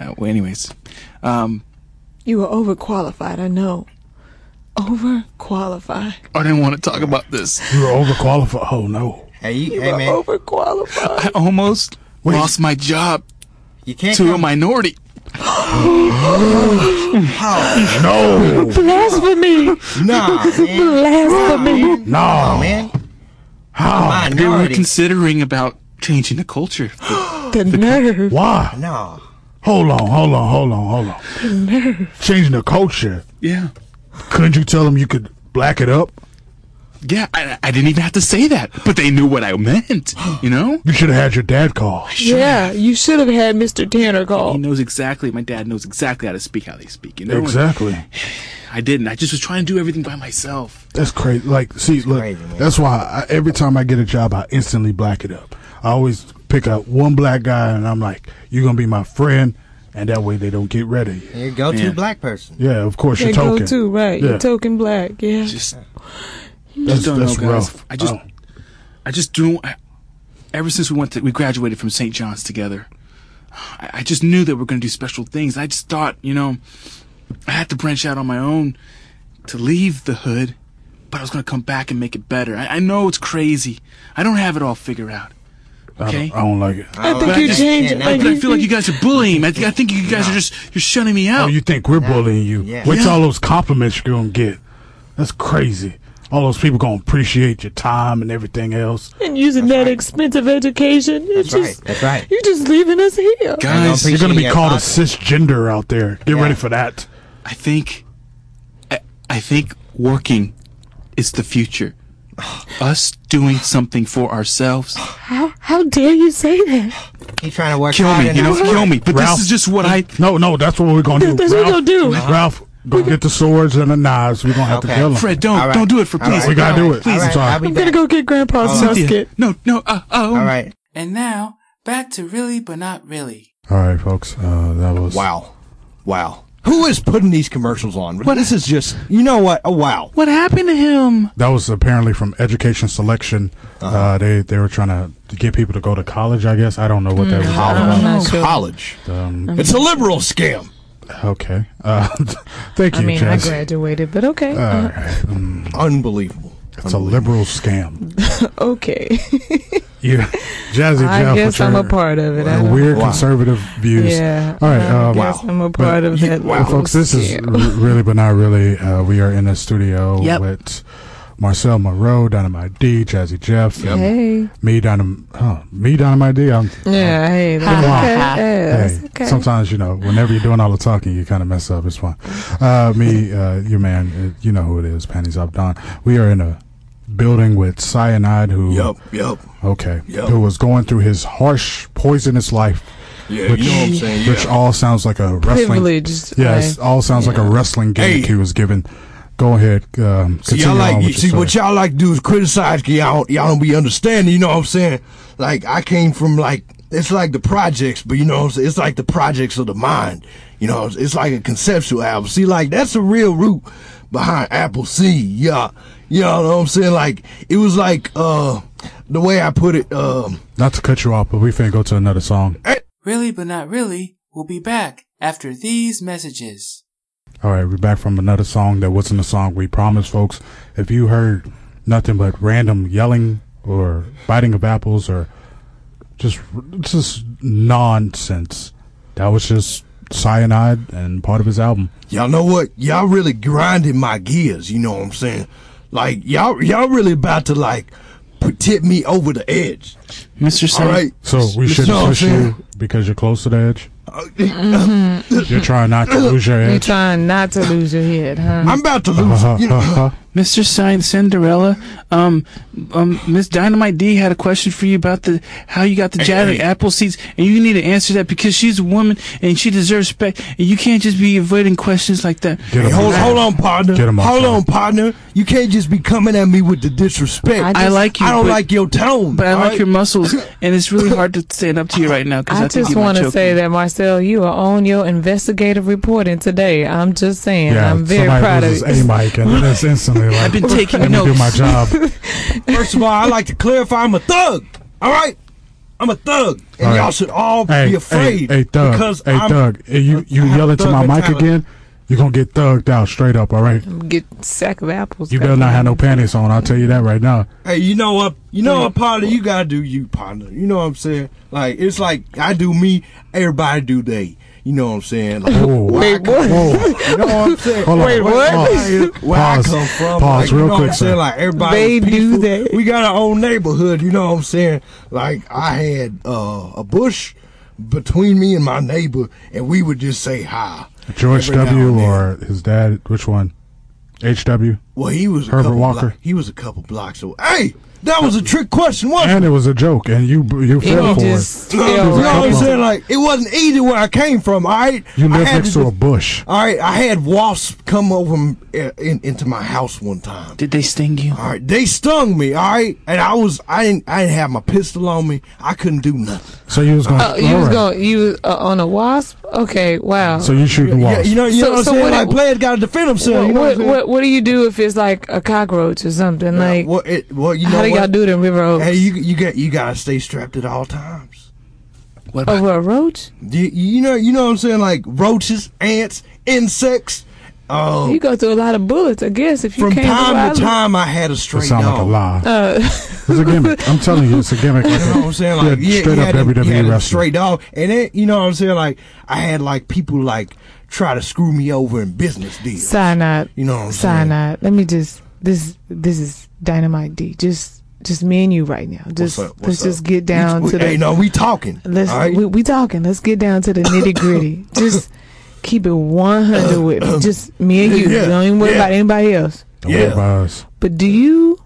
[SPEAKER 4] uh, well, anyways, um,
[SPEAKER 5] You were overqualified, I know. Overqualified.
[SPEAKER 4] I didn't want to talk about this.
[SPEAKER 3] You were overqualified. Oh no.
[SPEAKER 7] Hey, you,
[SPEAKER 5] You
[SPEAKER 7] hey
[SPEAKER 5] were
[SPEAKER 7] man,
[SPEAKER 5] overqualified.
[SPEAKER 4] I almost
[SPEAKER 3] Wait.
[SPEAKER 4] lost my job
[SPEAKER 7] you can't
[SPEAKER 4] to a
[SPEAKER 7] come.
[SPEAKER 4] minority.
[SPEAKER 3] No.
[SPEAKER 5] Blasphemy!
[SPEAKER 7] Nah, man.
[SPEAKER 5] Blasphemy!
[SPEAKER 7] man.
[SPEAKER 3] No.
[SPEAKER 7] Oh, man.
[SPEAKER 3] How?
[SPEAKER 4] They were
[SPEAKER 7] Minority.
[SPEAKER 4] considering about changing the culture.
[SPEAKER 5] The nerve.
[SPEAKER 3] Why?
[SPEAKER 7] no.
[SPEAKER 3] Hold on, hold on, hold on, hold on. Changing the culture.
[SPEAKER 4] yeah,
[SPEAKER 3] Couldn't you tell them you could black it up?
[SPEAKER 4] yeah. I, I didn't even have to say that, but they knew what I meant. You know.
[SPEAKER 3] You should have had your dad call.
[SPEAKER 5] Yeah, you should have had Mr. Tanner
[SPEAKER 4] He
[SPEAKER 5] call.
[SPEAKER 4] knows exactly. My dad knows exactly how to speak, how they speak. You know, And
[SPEAKER 3] Exactly.
[SPEAKER 4] I didn't. I just was trying to do everything by myself.
[SPEAKER 3] That's crazy. Like, see, look,
[SPEAKER 7] crazy, man.
[SPEAKER 3] that's why I, every time I get a job, I instantly black it up. I always pick out one black guy, and I'm like, "You're gonna be my friend," and that way they don't get rid of you.
[SPEAKER 7] You go to
[SPEAKER 4] Man.
[SPEAKER 7] black person.
[SPEAKER 3] Yeah, of course
[SPEAKER 5] They
[SPEAKER 3] you're
[SPEAKER 5] go
[SPEAKER 3] token.
[SPEAKER 5] too, right?
[SPEAKER 3] Yeah,
[SPEAKER 5] You're token black, yeah.
[SPEAKER 4] Just,
[SPEAKER 3] that's,
[SPEAKER 4] just don't
[SPEAKER 3] that's
[SPEAKER 4] know, guys.
[SPEAKER 3] rough.
[SPEAKER 4] I just,
[SPEAKER 3] Oh.
[SPEAKER 4] I just do. I, ever since we went, to, we graduated from St. John's together. I, I just knew that we are going to do special things. I just thought, you know, I had to branch out on my own to leave the hood, but I was going to come back and make it better. I, I know it's crazy. I don't have it all figured out.
[SPEAKER 3] I,
[SPEAKER 4] Okay.
[SPEAKER 3] don't, I don't like it.
[SPEAKER 5] I
[SPEAKER 7] Oh,
[SPEAKER 5] think you changed it.
[SPEAKER 7] Yeah,
[SPEAKER 5] Like
[SPEAKER 4] But I
[SPEAKER 5] you,
[SPEAKER 4] feel like you guys are bullying. me. I, think- I think you guys are just you're shutting me
[SPEAKER 3] Oh,
[SPEAKER 4] out.
[SPEAKER 3] you think we're bullying you?
[SPEAKER 7] Yeah.
[SPEAKER 3] What's
[SPEAKER 4] Yeah.
[SPEAKER 3] all those compliments you're gonna get? That's crazy. All those people gonna appreciate your time and everything else.
[SPEAKER 5] and using that expensive education. It's
[SPEAKER 7] That's right,
[SPEAKER 5] just,
[SPEAKER 7] that's right.
[SPEAKER 5] You're just leaving us here.
[SPEAKER 4] guys,
[SPEAKER 7] Appreciate
[SPEAKER 3] You're gonna be
[SPEAKER 7] your
[SPEAKER 3] called a
[SPEAKER 7] thoughts.
[SPEAKER 3] cisgender out there. Get
[SPEAKER 7] Yeah.
[SPEAKER 3] ready for that.
[SPEAKER 4] I think, I, I think working is the future. Us doing something for ourselves.
[SPEAKER 5] How how dare you say that?
[SPEAKER 7] He trying to work
[SPEAKER 4] Kill
[SPEAKER 7] hard
[SPEAKER 4] me, you know,
[SPEAKER 7] enough.
[SPEAKER 4] kill me. But
[SPEAKER 3] Ralph-
[SPEAKER 4] this is just what I.
[SPEAKER 3] No, no, that's what we're gonna do.
[SPEAKER 5] That's what we're gonna do.
[SPEAKER 3] Ralph, go get the swords and the knives. We're gonna have to
[SPEAKER 7] Okay.
[SPEAKER 3] kill him.
[SPEAKER 4] Fred, don't,
[SPEAKER 7] All right.
[SPEAKER 4] don't do it for
[SPEAKER 7] All
[SPEAKER 4] please.
[SPEAKER 7] right,
[SPEAKER 3] We gotta
[SPEAKER 7] all
[SPEAKER 3] do
[SPEAKER 7] right,
[SPEAKER 3] it. Please,
[SPEAKER 7] all
[SPEAKER 3] I'm
[SPEAKER 7] right,
[SPEAKER 3] sorry.
[SPEAKER 7] I'll be
[SPEAKER 5] I'm gonna
[SPEAKER 7] back.
[SPEAKER 5] go get Grandpa's
[SPEAKER 4] Cynthia,
[SPEAKER 5] musket.
[SPEAKER 4] no, no, uh, oh.
[SPEAKER 7] All right.
[SPEAKER 4] And now back to really, but not really.
[SPEAKER 3] All right, folks. Uh, that was
[SPEAKER 6] Wow. Wow. Who is putting these commercials on? But this is just, you know what? Oh, wow.
[SPEAKER 4] What happened to him?
[SPEAKER 3] That was apparently from education selection. uh
[SPEAKER 7] Uh-huh.
[SPEAKER 3] they they were trying to get people to go to college. I guess I don't know
[SPEAKER 7] Mm.
[SPEAKER 3] what that was all
[SPEAKER 7] Uh-huh.
[SPEAKER 5] I'm
[SPEAKER 3] about.
[SPEAKER 5] not sure.
[SPEAKER 6] College.
[SPEAKER 3] Um,
[SPEAKER 6] it's a liberal scam.
[SPEAKER 3] Okay, uh, thank you,
[SPEAKER 5] I mean,
[SPEAKER 3] Jess.
[SPEAKER 5] I graduated, but okay.
[SPEAKER 3] All right. Mm,
[SPEAKER 6] Unbelievable.
[SPEAKER 3] it's a liberal scam.
[SPEAKER 5] okay.
[SPEAKER 3] Yeah, Jazzy
[SPEAKER 5] I
[SPEAKER 3] Jeff.
[SPEAKER 5] guess
[SPEAKER 3] with
[SPEAKER 5] I'm
[SPEAKER 3] your-
[SPEAKER 5] a part of it. I
[SPEAKER 3] uh,
[SPEAKER 5] don't-
[SPEAKER 3] weird
[SPEAKER 6] Wow.
[SPEAKER 3] conservative views.
[SPEAKER 5] Yeah.
[SPEAKER 3] All right.
[SPEAKER 5] I
[SPEAKER 3] Uh,
[SPEAKER 5] guess
[SPEAKER 6] wow.
[SPEAKER 5] I'm a part of that.
[SPEAKER 3] Well,
[SPEAKER 5] little
[SPEAKER 3] folks, this is
[SPEAKER 5] scam.
[SPEAKER 3] r- really, but not really. Uh, we are in a studio
[SPEAKER 4] Yep.
[SPEAKER 3] with Marcel Moreau, Dynamite D, Jazzy Jeff,
[SPEAKER 5] Hey.
[SPEAKER 3] me, Dynam, huh, me, Dynamite D. I'm,
[SPEAKER 5] Yeah, hey. That's
[SPEAKER 3] Come on.
[SPEAKER 5] okay. Yeah, that's
[SPEAKER 3] hey,
[SPEAKER 5] okay.
[SPEAKER 3] sometimes you know, whenever you're doing all the talking, you kind of mess up. It's fine. Uh, me, uh, your man, uh, you know who it is. Panties up, Don. We are in a building with Cyanide, who
[SPEAKER 2] Yep, yep.
[SPEAKER 3] okay,
[SPEAKER 2] Yep.
[SPEAKER 3] who was going through his harsh, poisonous life,
[SPEAKER 2] Yeah, you know what I'm saying?
[SPEAKER 3] which
[SPEAKER 2] Yeah.
[SPEAKER 3] all sounds like a wrestling
[SPEAKER 5] Privileged.
[SPEAKER 3] Yes,
[SPEAKER 5] like,
[SPEAKER 3] all sounds like a wrestling gimmick
[SPEAKER 6] Hey.
[SPEAKER 3] he was given. Go ahead. Um,
[SPEAKER 6] See,
[SPEAKER 3] continue
[SPEAKER 6] y'all
[SPEAKER 3] on
[SPEAKER 6] like
[SPEAKER 3] with
[SPEAKER 6] see
[SPEAKER 3] your
[SPEAKER 6] what
[SPEAKER 3] story.
[SPEAKER 6] y'all like to do is criticize. 'cause Y'all don't- y'all don't be understanding. You know what I'm saying? Like I came from like it's like the projects, but you know what I'm saying? It's like the projects of the mind. You know, it's, it's like a conceptual album. See, like that's the real root behind Apple C. Yeah, you know what I'm saying? Like it was like uh the way I put it. Um,
[SPEAKER 3] Not to cut you off, but we finna go to another song.
[SPEAKER 8] Really but not really, we'll be back after these messages.
[SPEAKER 3] All right, we're back from another song that wasn't a song we promised, folks. If you heard nothing but random yelling or biting of apples or just just nonsense, that was just cyanide and part of his album.
[SPEAKER 6] Y'all know what? Y'all really grinding my gears, you know what I'm saying? Like y'all y'all really about to like p- tip me over the edge.
[SPEAKER 4] Mr.
[SPEAKER 6] All
[SPEAKER 4] Cyanide.
[SPEAKER 6] right.
[SPEAKER 3] So we shouldn't
[SPEAKER 6] No,
[SPEAKER 3] push
[SPEAKER 6] man.
[SPEAKER 3] you because you're close to the edge.
[SPEAKER 6] Uh,
[SPEAKER 3] You're trying not to lose your
[SPEAKER 5] You
[SPEAKER 3] edge.
[SPEAKER 5] trying not to lose your head, huh?
[SPEAKER 6] I'm about to lose.
[SPEAKER 3] Uh-huh,
[SPEAKER 6] You know,
[SPEAKER 3] uh-huh.
[SPEAKER 4] Mr. Sign Cinderella, um, um, Miss Dynamite D had a question for you about the how you got the Janet
[SPEAKER 6] hey.
[SPEAKER 4] apple seeds, and you need to answer that because she's a woman and she deserves respect, and you can't just be avoiding questions like that.
[SPEAKER 3] Get
[SPEAKER 6] Hey,
[SPEAKER 3] him.
[SPEAKER 6] hold, hold on, partner.
[SPEAKER 3] Get him off
[SPEAKER 6] hold
[SPEAKER 3] that.
[SPEAKER 6] on, partner. You can't just be coming at me with the disrespect.
[SPEAKER 5] I
[SPEAKER 6] I,
[SPEAKER 5] just-
[SPEAKER 4] I like you,
[SPEAKER 6] don't
[SPEAKER 4] but,
[SPEAKER 6] like your tone.
[SPEAKER 4] but I
[SPEAKER 6] all
[SPEAKER 4] like
[SPEAKER 6] right?
[SPEAKER 4] your muscles, and it's really hard to stand up to you right now because I,
[SPEAKER 5] I,
[SPEAKER 4] think
[SPEAKER 5] just
[SPEAKER 4] you might
[SPEAKER 5] want to
[SPEAKER 4] choke
[SPEAKER 5] say
[SPEAKER 4] me.
[SPEAKER 5] that, Marcel, you are on your investigative reporting today. I'm just saying.
[SPEAKER 3] Yeah,
[SPEAKER 5] I'm very
[SPEAKER 3] somebody
[SPEAKER 5] proud of
[SPEAKER 3] loses
[SPEAKER 5] you.
[SPEAKER 3] a mic and then it's instantly like,
[SPEAKER 4] I've been taking
[SPEAKER 3] let me do
[SPEAKER 4] notes.
[SPEAKER 3] my job.
[SPEAKER 6] First of all, I like to clarify I'm a thug. All right? I'm a thug. And
[SPEAKER 3] All right.
[SPEAKER 6] y'all should all
[SPEAKER 3] hey,
[SPEAKER 6] be afraid.
[SPEAKER 3] hey, hey, thug,
[SPEAKER 6] Because
[SPEAKER 3] hey,
[SPEAKER 6] I'm,
[SPEAKER 3] thug, Hey, you you
[SPEAKER 6] I have
[SPEAKER 3] yell into
[SPEAKER 6] thug
[SPEAKER 3] my mic
[SPEAKER 6] mentality.
[SPEAKER 3] again, you're gonna get thugged out straight up. All right,
[SPEAKER 5] Get sack of apples.
[SPEAKER 3] you better not have no panties on. I'll tell you that right now.
[SPEAKER 6] Hey, you know what? You know what, partner? You gotta do you, partner. You know what I'm saying? Like it's like I do me, everybody do they. You know what I'm saying? Like,
[SPEAKER 3] Oh,
[SPEAKER 6] where I come-
[SPEAKER 3] Whoa.
[SPEAKER 6] You know what I'm saying?
[SPEAKER 3] Hold on.
[SPEAKER 6] Where-
[SPEAKER 3] what?
[SPEAKER 6] Where, where
[SPEAKER 3] Pause.
[SPEAKER 6] I come from?
[SPEAKER 3] Pause
[SPEAKER 6] like, you
[SPEAKER 3] real
[SPEAKER 6] know
[SPEAKER 3] quick,
[SPEAKER 6] What I'm
[SPEAKER 3] sir.
[SPEAKER 6] saying? Like everybody,
[SPEAKER 5] They do
[SPEAKER 6] peaceful.
[SPEAKER 5] that.
[SPEAKER 6] We got our own neighborhood. You know what I'm saying? Like I had uh, a bush between me and my neighbor, and we would just say hi.
[SPEAKER 3] George
[SPEAKER 6] every now and
[SPEAKER 3] W.
[SPEAKER 6] then.
[SPEAKER 3] or his dad, which one? H W.
[SPEAKER 6] well, he was a
[SPEAKER 3] Herbert
[SPEAKER 6] couple
[SPEAKER 3] Walker.
[SPEAKER 6] blo- he was a couple blocks away. Hey, that was a trick question, wasn't it?
[SPEAKER 3] And it was a joke, and you you
[SPEAKER 5] And
[SPEAKER 3] fell
[SPEAKER 5] you
[SPEAKER 3] for it.
[SPEAKER 5] just
[SPEAKER 6] No,
[SPEAKER 5] feel
[SPEAKER 6] you know
[SPEAKER 5] right.
[SPEAKER 6] what I'm
[SPEAKER 3] Come on.
[SPEAKER 6] saying? Like it wasn't easy where I came from. All right,
[SPEAKER 3] You
[SPEAKER 6] I
[SPEAKER 3] live
[SPEAKER 6] had
[SPEAKER 3] next to a bush.
[SPEAKER 6] All right, I had wasps come over m- uh, in, into my house one time.
[SPEAKER 4] Did they sting you?
[SPEAKER 6] All right, they stung me. All right, and I was I didn't I didn't have my pistol on me. I couldn't do nothing.
[SPEAKER 3] So you was going.
[SPEAKER 5] Oh, you was going. You was, uh, on a wasp? Okay. Wow.
[SPEAKER 3] So you shooting
[SPEAKER 6] Yeah,
[SPEAKER 3] walls.
[SPEAKER 6] you know, you
[SPEAKER 5] So-
[SPEAKER 6] know what I'm
[SPEAKER 5] so
[SPEAKER 6] saying.
[SPEAKER 5] what
[SPEAKER 6] like
[SPEAKER 5] it-
[SPEAKER 6] players got to defend
[SPEAKER 5] what,
[SPEAKER 6] themselves. you know
[SPEAKER 5] what,
[SPEAKER 6] what,
[SPEAKER 5] what, what do you do if it's like a cockroach or something?
[SPEAKER 6] I'm
[SPEAKER 5] like,
[SPEAKER 6] saying? Well, it, well, you know
[SPEAKER 5] how do y'all
[SPEAKER 6] what?
[SPEAKER 5] do it in River Oaks?
[SPEAKER 6] Hey, you you got you gotta stay strapped at all times.
[SPEAKER 4] What about
[SPEAKER 5] Over a roach?
[SPEAKER 6] You, you know you know what I'm saying? Like roaches, ants, insects. Uh,
[SPEAKER 5] You go through a lot of bullets, I guess, if you
[SPEAKER 6] from
[SPEAKER 5] came
[SPEAKER 6] time to
[SPEAKER 5] Raleigh.
[SPEAKER 6] time, I had a
[SPEAKER 3] It
[SPEAKER 6] stray
[SPEAKER 3] sounds like
[SPEAKER 6] dog.
[SPEAKER 3] a lie.
[SPEAKER 5] Uh,
[SPEAKER 3] It's a gimmick. I'm telling you, it's a gimmick.
[SPEAKER 6] You know what I'm saying? Like, yeah,
[SPEAKER 3] straight
[SPEAKER 6] yeah,
[SPEAKER 3] up E
[SPEAKER 6] they-
[SPEAKER 3] WWE
[SPEAKER 6] yeah, they
[SPEAKER 3] wrestling.
[SPEAKER 6] Straight dog. And then, you know what I'm saying? Like, I had, like, people, like, try to screw me over in business deals.
[SPEAKER 5] Cyanide.
[SPEAKER 6] You know what I'm saying?
[SPEAKER 5] Cyanide. Let me just this this is dynamite D. Just just me and you right now. Just
[SPEAKER 6] up? What's
[SPEAKER 5] let's
[SPEAKER 6] up?
[SPEAKER 5] just get down
[SPEAKER 6] We-
[SPEAKER 5] to the
[SPEAKER 6] hey, no, we talking.
[SPEAKER 5] let's
[SPEAKER 6] all right?
[SPEAKER 5] we, we talking. Let's get down to the nitty gritty. just keep it one hundred with me. Just me and you.
[SPEAKER 6] Yeah,
[SPEAKER 5] Don't even worry
[SPEAKER 6] yeah.
[SPEAKER 5] about anybody else.
[SPEAKER 3] Don't worry
[SPEAKER 6] Yeah.
[SPEAKER 3] about us.
[SPEAKER 5] But do you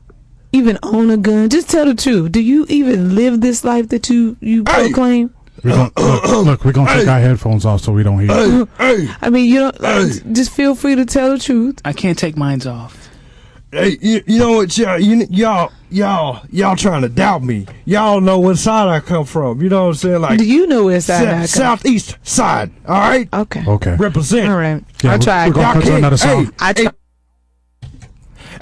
[SPEAKER 5] even own a gun? Just tell the truth. Do you even live this life that you you
[SPEAKER 6] Hey.
[SPEAKER 5] proclaim?
[SPEAKER 3] We're gonna, look, look, we're going to take our headphones off so we don't hear.
[SPEAKER 6] hey, hey,
[SPEAKER 5] I mean, you don't.
[SPEAKER 6] Hey.
[SPEAKER 5] Just feel free to tell the truth.
[SPEAKER 4] I can't take mines off.
[SPEAKER 6] Hey, you, you know what, y'all, you, y'all, y'all, y'all trying to doubt me. Y'all know what side I come from. You know what I'm saying? Like
[SPEAKER 5] Do you know where
[SPEAKER 6] sou-
[SPEAKER 5] side I got?
[SPEAKER 6] southeast side. All right,
[SPEAKER 5] Okay.
[SPEAKER 3] Okay.
[SPEAKER 6] represent.
[SPEAKER 5] All right.
[SPEAKER 3] Oh. Yeah,
[SPEAKER 5] I
[SPEAKER 3] we-
[SPEAKER 5] tried.
[SPEAKER 3] we're gonna-
[SPEAKER 6] Y'all
[SPEAKER 3] Cut to
[SPEAKER 6] can't-
[SPEAKER 3] another song.
[SPEAKER 6] hey,
[SPEAKER 5] I
[SPEAKER 6] hey.
[SPEAKER 5] tr-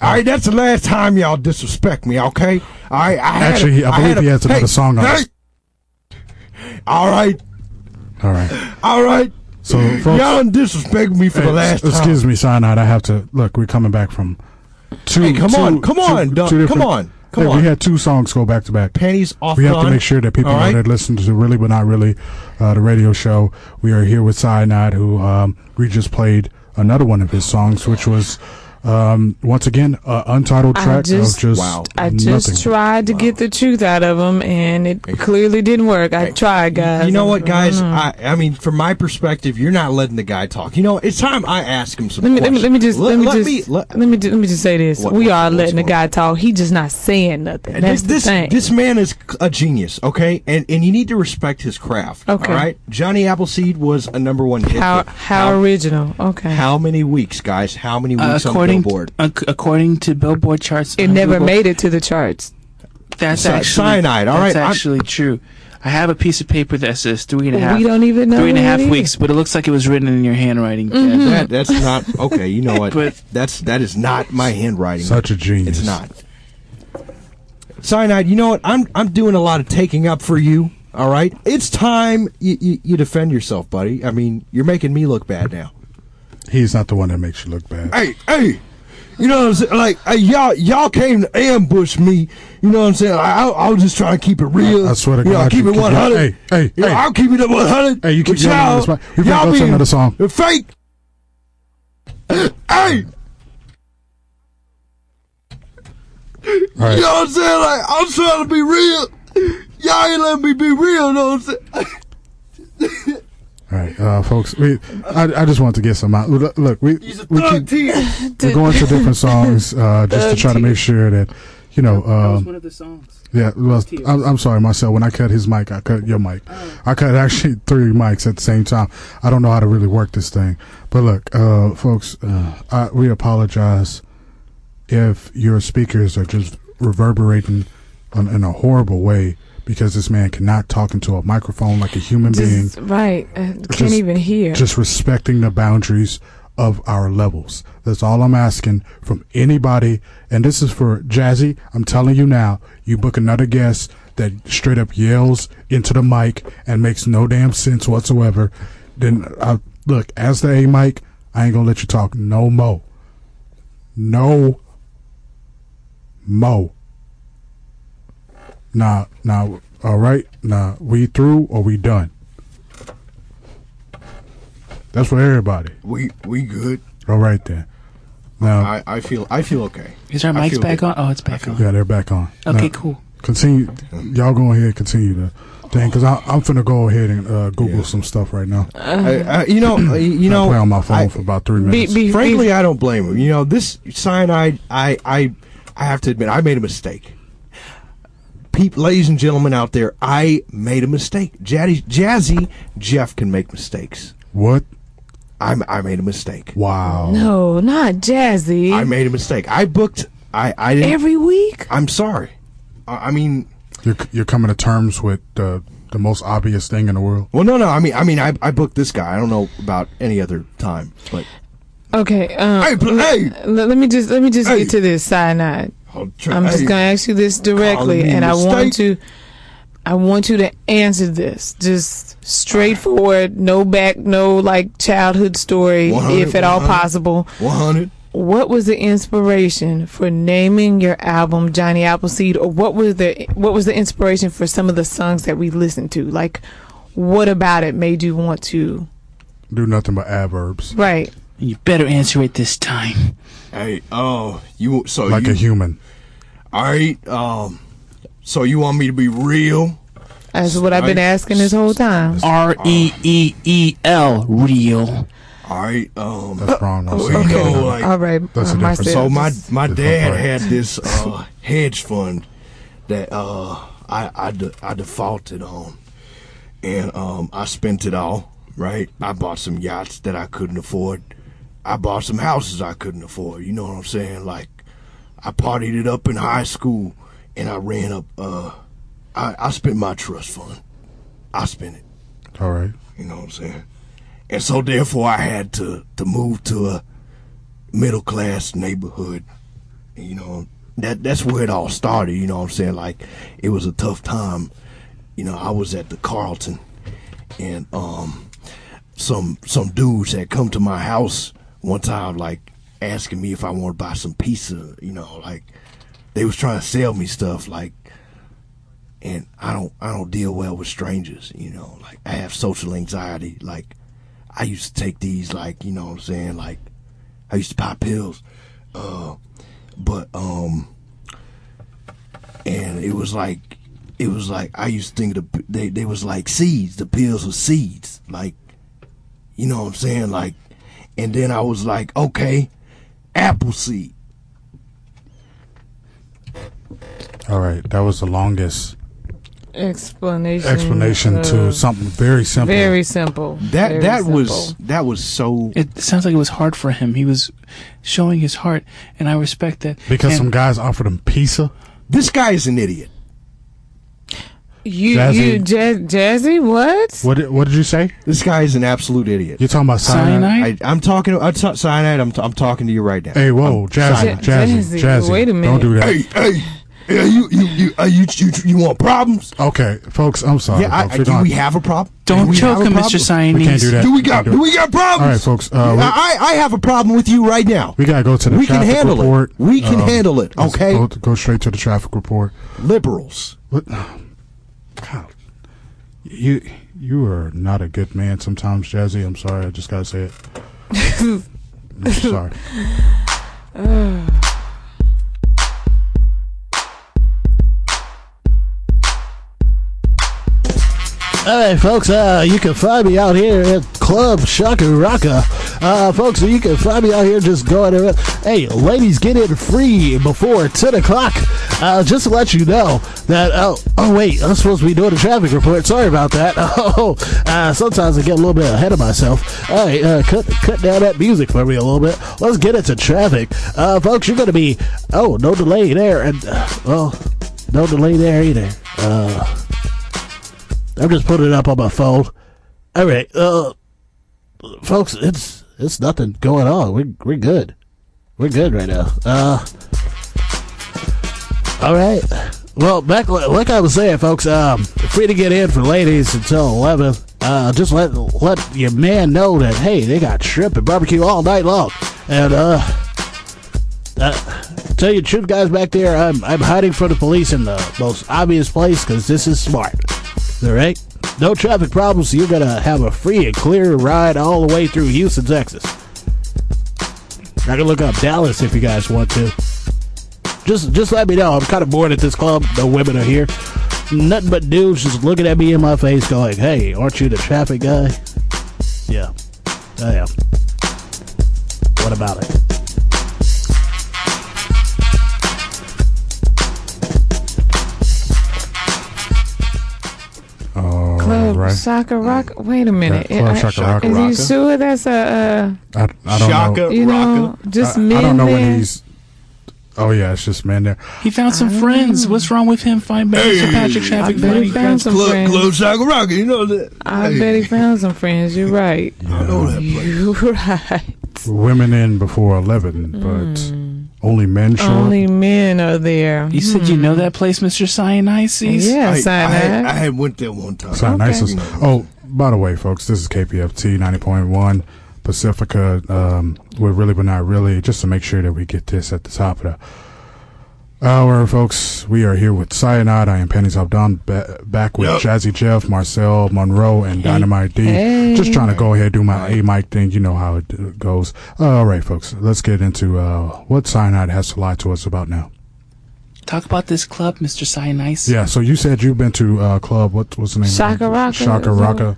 [SPEAKER 6] all right, that's the last time y'all disrespect me, okay? All right, I had
[SPEAKER 3] Actually,
[SPEAKER 6] a-
[SPEAKER 3] he- I believe
[SPEAKER 6] had a-
[SPEAKER 3] he has another
[SPEAKER 6] hey,
[SPEAKER 3] song on
[SPEAKER 6] Hey.
[SPEAKER 3] this.
[SPEAKER 6] All right,
[SPEAKER 3] All right.
[SPEAKER 6] all right.
[SPEAKER 3] So, Uh, folks,
[SPEAKER 6] Y'all done disrespect me for the
[SPEAKER 3] hey,
[SPEAKER 6] last time.
[SPEAKER 3] excuse me, Cyanide. I have to look. We're coming back from two.
[SPEAKER 6] Hey, come
[SPEAKER 3] two-
[SPEAKER 6] on, come
[SPEAKER 3] two-
[SPEAKER 6] on,
[SPEAKER 3] two
[SPEAKER 6] Doc,
[SPEAKER 3] different-
[SPEAKER 6] come on, come
[SPEAKER 3] Hey,
[SPEAKER 6] on.
[SPEAKER 3] We had two songs go back to back.
[SPEAKER 6] Panties off.
[SPEAKER 3] We have to
[SPEAKER 6] done.
[SPEAKER 3] make sure that people
[SPEAKER 6] All
[SPEAKER 3] know
[SPEAKER 6] right?
[SPEAKER 3] that listen to really but not really, uh, the radio show. We are here with Cyanide, who um, we just played another one of his songs, which was um, once again uh, untitled
[SPEAKER 5] I
[SPEAKER 3] track
[SPEAKER 5] just-
[SPEAKER 3] of just
[SPEAKER 6] Wow.
[SPEAKER 5] I
[SPEAKER 3] nothing.
[SPEAKER 5] just tried to get the truth out of him, and it clearly didn't work. I tried, guys. Mm.
[SPEAKER 6] You know what, guys? I, I mean, from my perspective, you're not letting the guy talk. You know, it's time I ask him some
[SPEAKER 5] Let me, let
[SPEAKER 6] questions.
[SPEAKER 5] me let me just let, me
[SPEAKER 6] let
[SPEAKER 5] just
[SPEAKER 6] me-
[SPEAKER 5] let,
[SPEAKER 6] let-
[SPEAKER 5] me ju- let me just say this.
[SPEAKER 6] What-
[SPEAKER 5] we
[SPEAKER 6] what-
[SPEAKER 5] are
[SPEAKER 6] what's
[SPEAKER 5] letting the
[SPEAKER 6] going
[SPEAKER 5] guy talk. He just not saying nothing.
[SPEAKER 6] this
[SPEAKER 5] That's
[SPEAKER 6] this,
[SPEAKER 5] the thing.
[SPEAKER 6] this man is a genius, okay, and and you need to respect his craft.
[SPEAKER 5] Okay.
[SPEAKER 6] all right. Johnny Appleseed was a number one hit.
[SPEAKER 5] how
[SPEAKER 6] but
[SPEAKER 5] how original? Okay.
[SPEAKER 6] how many weeks, guys? How many
[SPEAKER 4] Uh,
[SPEAKER 6] weeks on
[SPEAKER 4] according
[SPEAKER 6] Billboard?
[SPEAKER 4] ac- according to Billboard charts,
[SPEAKER 5] it
[SPEAKER 4] on
[SPEAKER 5] never
[SPEAKER 4] Google,
[SPEAKER 5] made it to the charts.
[SPEAKER 4] That's
[SPEAKER 6] Ci-
[SPEAKER 4] actually
[SPEAKER 6] cyanide, all
[SPEAKER 4] that's
[SPEAKER 6] right, I'm-
[SPEAKER 4] actually true. I have a piece of paper that says three and a half.
[SPEAKER 5] We don't even know.
[SPEAKER 4] three and a
[SPEAKER 5] what
[SPEAKER 4] half
[SPEAKER 5] it is. Mm-hmm.
[SPEAKER 4] weeks, but it looks like it was written in your handwriting. Ted.
[SPEAKER 6] That that's not okay. You know what?
[SPEAKER 4] But-
[SPEAKER 6] that's that is not my handwriting.
[SPEAKER 3] Such a genius.
[SPEAKER 6] It's not. Cyanide, you know what? I'm I'm doing a lot of taking up for you. All right, it's time you, you, you defend yourself, buddy. I mean, you're making me look bad now.
[SPEAKER 3] He's not the one that makes you look bad.
[SPEAKER 6] Hey, hey, you know what I'm saying? Like hey, y'all y'all came to ambush me. You know what I'm saying? Like, I, I was just trying to keep it real.
[SPEAKER 3] I- I swear to
[SPEAKER 6] you know,
[SPEAKER 3] God,
[SPEAKER 6] I'll keep
[SPEAKER 3] you
[SPEAKER 6] it
[SPEAKER 3] keep-
[SPEAKER 6] 100.
[SPEAKER 3] hey, hey,
[SPEAKER 6] You know,
[SPEAKER 3] hey.
[SPEAKER 6] I'll keep it at 100.
[SPEAKER 3] Hey, you keep
[SPEAKER 6] But
[SPEAKER 3] yelling on
[SPEAKER 6] y'all-
[SPEAKER 3] this mic. We're gonna
[SPEAKER 6] y'all
[SPEAKER 3] go to
[SPEAKER 6] being
[SPEAKER 3] another song.
[SPEAKER 6] Fake. Hey.
[SPEAKER 3] All right.
[SPEAKER 6] You know what I'm saying? Like, I'm trying to be real. Y'all ain't letting me be real, you know what I'm saying?
[SPEAKER 3] All right, uh, folks. We, I, I just want to get some out. Look, look, we
[SPEAKER 6] He's a
[SPEAKER 3] we
[SPEAKER 6] thug
[SPEAKER 3] keep
[SPEAKER 6] team.
[SPEAKER 3] we're going to different songs uh, just to try to make sure that you know. Um,
[SPEAKER 4] of the songs.
[SPEAKER 3] Yeah, well, I'm, I'm sorry, Marcel. When I cut his mic, I cut your mic.
[SPEAKER 4] Oh.
[SPEAKER 3] I cut actually three mics at the same time. I don't know how to really work this thing. But look, uh, folks, uh, I, we apologize if your speakers are just reverberating on, in a horrible way because this man cannot talk into a microphone like a human being
[SPEAKER 5] Just, right. Uh, can't
[SPEAKER 3] just-
[SPEAKER 5] even hear.
[SPEAKER 3] just respecting the boundaries of our levels. That's all I'm asking from anybody. And this is for Jazzy. I'm telling you now, you book another guest that straight up yells into the mic and makes no damn sense whatsoever. Then I look as the A mic. I ain't gonna let you talk no mo. No mo. Nah, nah. All right, nah. We through or we done. That's for everybody.
[SPEAKER 6] We we good.
[SPEAKER 3] All right then. Now,
[SPEAKER 6] I, I feel I feel okay.
[SPEAKER 4] Is our
[SPEAKER 6] I
[SPEAKER 4] mics
[SPEAKER 6] feel
[SPEAKER 4] back
[SPEAKER 6] good.
[SPEAKER 4] on? Oh, it's back on.
[SPEAKER 3] yeah, they're back on.
[SPEAKER 4] Okay,
[SPEAKER 3] Now,
[SPEAKER 4] cool.
[SPEAKER 3] Continue. Y'all go ahead. and Continue the thing because I'm finna go ahead and uh, Google some stuff right now.
[SPEAKER 6] I, I, you know, I- you
[SPEAKER 3] I'll
[SPEAKER 6] know,
[SPEAKER 3] play on my phone
[SPEAKER 6] Uh, I-
[SPEAKER 3] for about three
[SPEAKER 5] be,
[SPEAKER 3] minutes.
[SPEAKER 5] be,
[SPEAKER 6] frankly, I don't blame him. You know, this cyanide, I, I, I have to admit, I made a mistake. Peep, ladies and gentlemen out there, I made a mistake. Jazzy, Jazzy Jeff can make mistakes.
[SPEAKER 3] what?
[SPEAKER 6] I'm, I made a mistake.
[SPEAKER 3] Wow.
[SPEAKER 5] no, not jazzy.
[SPEAKER 6] I made a mistake. I booked. I, I didn't.
[SPEAKER 5] Every week.
[SPEAKER 6] I'm sorry. I, I mean,
[SPEAKER 3] You're you're coming to terms with the the most obvious thing in the world.
[SPEAKER 6] well, no, no. I mean, I mean, I, I booked this guy. I don't know about any other time, but
[SPEAKER 5] Okay. Um,
[SPEAKER 6] hey, pl- hey,
[SPEAKER 5] l- let me just let me just
[SPEAKER 6] Hey.
[SPEAKER 5] get to this cyanide.
[SPEAKER 6] I'm
[SPEAKER 5] I'm just gonna ask you this directly,
[SPEAKER 6] calling me
[SPEAKER 5] and I want
[SPEAKER 6] mistake?
[SPEAKER 5] to, I want you to answer this just straightforward, no back, no like childhood story,
[SPEAKER 6] 100,
[SPEAKER 5] if at all
[SPEAKER 6] 100.
[SPEAKER 5] possible.
[SPEAKER 6] 100.
[SPEAKER 5] What was the inspiration for naming your album Johnny Appleseed, or what was the what was the inspiration for some of the songs that we listened to? Like, what about it made you want to?
[SPEAKER 3] Do nothing but adverbs,
[SPEAKER 5] Right.
[SPEAKER 4] You better answer it this time.
[SPEAKER 6] Hey, oh, you so
[SPEAKER 3] like
[SPEAKER 6] you,
[SPEAKER 3] a human.
[SPEAKER 6] All right. Um. So you want me to be real?
[SPEAKER 5] That's what I've been
[SPEAKER 6] Right.
[SPEAKER 5] asking this whole time.
[SPEAKER 4] R E E E L, real.
[SPEAKER 6] All right. Um.
[SPEAKER 3] That's wrong. I'm
[SPEAKER 6] Well,
[SPEAKER 3] sorry.
[SPEAKER 6] you know, like
[SPEAKER 5] All right,
[SPEAKER 3] That's
[SPEAKER 5] uh,
[SPEAKER 3] the difference.
[SPEAKER 5] Marcel,
[SPEAKER 6] so my
[SPEAKER 5] just-
[SPEAKER 6] my
[SPEAKER 3] Different
[SPEAKER 6] dad
[SPEAKER 3] part.
[SPEAKER 6] had this uh, hedge fund that uh I I, de- I defaulted on, and um I spent it all. Right. I bought some yachts that I couldn't afford. I bought some houses I couldn't afford. You know what I'm saying? Like I partied it up in high school, and I ran up. Uh, I I spent my trust fund. I spent it.
[SPEAKER 3] All right.
[SPEAKER 6] You know what I'm saying? And so therefore I had to to move to a middle class neighborhood. And, you know, that that's where it all started, you know what I'm saying? Like it was a tough time. You know, I was at the Carlton and um some some dudes had come to my house one time like asking me if I want to buy some pizza, you know, like they was trying to sell me stuff like and I don't I don't deal well with strangers, you know. Like I have social anxiety. Like I used to take these like, you know what I'm saying, like I used to pop pills. Uh but um and it was like it was like I used to think the they they was like seeds. The pills were seeds. Like you know what I'm saying? Like and then I was like, okay, apple seed.
[SPEAKER 3] All right. That was the longest
[SPEAKER 5] Explanation.
[SPEAKER 3] explanation to
[SPEAKER 5] of-
[SPEAKER 3] something very simple.
[SPEAKER 5] Mm, uh, Very simple.
[SPEAKER 9] That
[SPEAKER 5] Very
[SPEAKER 9] that
[SPEAKER 5] simple.
[SPEAKER 9] was that was so
[SPEAKER 4] It sounds like it was hard for him. He was showing his heart, and I respect that.
[SPEAKER 3] because
[SPEAKER 4] And-
[SPEAKER 3] some guys offered him pizza.
[SPEAKER 9] this guy is an idiot.
[SPEAKER 5] you.
[SPEAKER 3] Jazzy.
[SPEAKER 5] You jazz, Jazzy. What?
[SPEAKER 3] What did, what did you say?
[SPEAKER 9] This guy is an absolute idiot.
[SPEAKER 3] You're talking about cyanide?
[SPEAKER 4] Cyanide?
[SPEAKER 9] I, I'm talking I'm t- cyanide. I'm, t- I'm talking to you right now.
[SPEAKER 3] Hey, whoa, Jazzy,
[SPEAKER 5] Jazzy,
[SPEAKER 3] Jazzy, Jazzy.
[SPEAKER 5] wait a
[SPEAKER 3] Don't
[SPEAKER 5] minute.
[SPEAKER 3] do that.
[SPEAKER 6] Hey, hey, hey you you you uh, you, you you want problems?
[SPEAKER 3] Okay, folks, I'm sorry.
[SPEAKER 9] yeah, I,
[SPEAKER 3] folks,
[SPEAKER 9] I,
[SPEAKER 3] We're
[SPEAKER 9] do
[SPEAKER 3] gonna-
[SPEAKER 9] we have a problem?
[SPEAKER 4] Don't
[SPEAKER 9] do we have
[SPEAKER 4] choke
[SPEAKER 9] a
[SPEAKER 4] him,
[SPEAKER 9] problem?
[SPEAKER 4] Mr. Cyanese.
[SPEAKER 3] we can't do that.
[SPEAKER 9] Do we
[SPEAKER 3] We
[SPEAKER 9] got
[SPEAKER 3] can't
[SPEAKER 9] do
[SPEAKER 3] do
[SPEAKER 9] we
[SPEAKER 3] it.
[SPEAKER 9] got problems?
[SPEAKER 3] All right, folks, uh,
[SPEAKER 9] Yeah,
[SPEAKER 3] we-
[SPEAKER 9] I I have a problem with you right now.
[SPEAKER 3] we gotta go to the
[SPEAKER 9] We can
[SPEAKER 3] traffic
[SPEAKER 9] handle it.
[SPEAKER 3] report. Um,
[SPEAKER 9] We can handle it,
[SPEAKER 3] let's
[SPEAKER 9] okay?
[SPEAKER 3] Go, go straight to the traffic report.
[SPEAKER 9] Liberals.
[SPEAKER 3] What? God, you you are not a good man sometimes, Jazzy. I'm sorry. I just gotta say it. I'm sorry.
[SPEAKER 10] All right, folks, uh, you can find me out here at Club Shaka Raka. Uh, folks, you can find me out here just going around. Hey, ladies, get in free before 10 o'clock. Uh, just to let you know that, oh, oh, wait, I'm supposed to be doing a traffic report. Sorry about that. Oh, uh, sometimes I get a little bit ahead of myself. All right, uh, cut, cut down that music for me a little bit. Let's get into traffic. Uh, folks, you're going to be, oh, no delay there. And, uh, well, no delay there either. Uh, I'm just putting it up on my phone. All right, uh, folks, it's it's nothing going on. We're we're good. We're good right now. Uh, all right. Well, back like I was saying, folks, um, free to get in for ladies until eleven. Uh, just let let your man know that hey, they got shrimp and barbecue all night long, and uh. Uh, tell you the truth, guys, back there, I'm I'm hiding from the police in the most obvious place because this is smart. All right, no traffic problems. So you're gonna have a free and clear ride all the way through Houston, Texas. I can look up Dallas if you guys want to. Just just let me know. I'm kind of bored at this club. No women are here. Nothing but dudes just looking at me in my face, going, "Hey, aren't you the traffic guy?" Yeah, I am. What about it?
[SPEAKER 3] All
[SPEAKER 5] Club
[SPEAKER 3] right.
[SPEAKER 5] Shaka Rock. Wait a minute.
[SPEAKER 3] Yeah, Club
[SPEAKER 5] I-
[SPEAKER 3] Shaka Rock.
[SPEAKER 5] Is
[SPEAKER 9] Rocka.
[SPEAKER 5] you sure that's a
[SPEAKER 3] I, I don't
[SPEAKER 9] Shaka
[SPEAKER 3] know.
[SPEAKER 5] uh, you know just
[SPEAKER 3] I,
[SPEAKER 5] men
[SPEAKER 3] I don't know
[SPEAKER 5] there?
[SPEAKER 3] when he's. Oh yeah, it's just man there.
[SPEAKER 4] He found some friends. What's wrong with him? Find back Sir Patrick
[SPEAKER 5] I
[SPEAKER 4] Traffic
[SPEAKER 5] bet he
[SPEAKER 4] Money.
[SPEAKER 5] found some
[SPEAKER 6] Club
[SPEAKER 5] friends.
[SPEAKER 6] Club Shaka Rocker, you know that.
[SPEAKER 5] I
[SPEAKER 6] Hey,
[SPEAKER 5] bet he found some friends. You're right.
[SPEAKER 6] I know that place.
[SPEAKER 5] You're right.
[SPEAKER 3] Women in before eleven, but only men short.
[SPEAKER 5] Hmm. Only men are there.
[SPEAKER 4] You said you know that place, Mr. Cyanices?
[SPEAKER 5] Yeah,
[SPEAKER 6] I, I, had, I
[SPEAKER 5] Sinai.
[SPEAKER 6] had went there one time.
[SPEAKER 3] Sound nice as-
[SPEAKER 6] You know,
[SPEAKER 3] Oh, by the way, folks, this is KPFT 90.1 Pacifica. Um, we're really, but not really, just to make sure that we get this at the top of the hour, folks. We are here with Cyanide. I am Penny Zobdon, ba- back with
[SPEAKER 6] Yup.
[SPEAKER 3] Jazzy Jeff, Marcel Monroe, and Dynamite D.
[SPEAKER 5] Hey.
[SPEAKER 3] Just trying to go ahead and do my A mic thing. You know how it uh, goes. all right, folks, let's get into uh, what Cyanide has to lie to us about now.
[SPEAKER 4] Talk about this club, Mr. Cyanice.
[SPEAKER 3] Yeah, so you said you've been to uh, club. What was the name?
[SPEAKER 5] Shaka Rocka.
[SPEAKER 3] Shaka Rocka.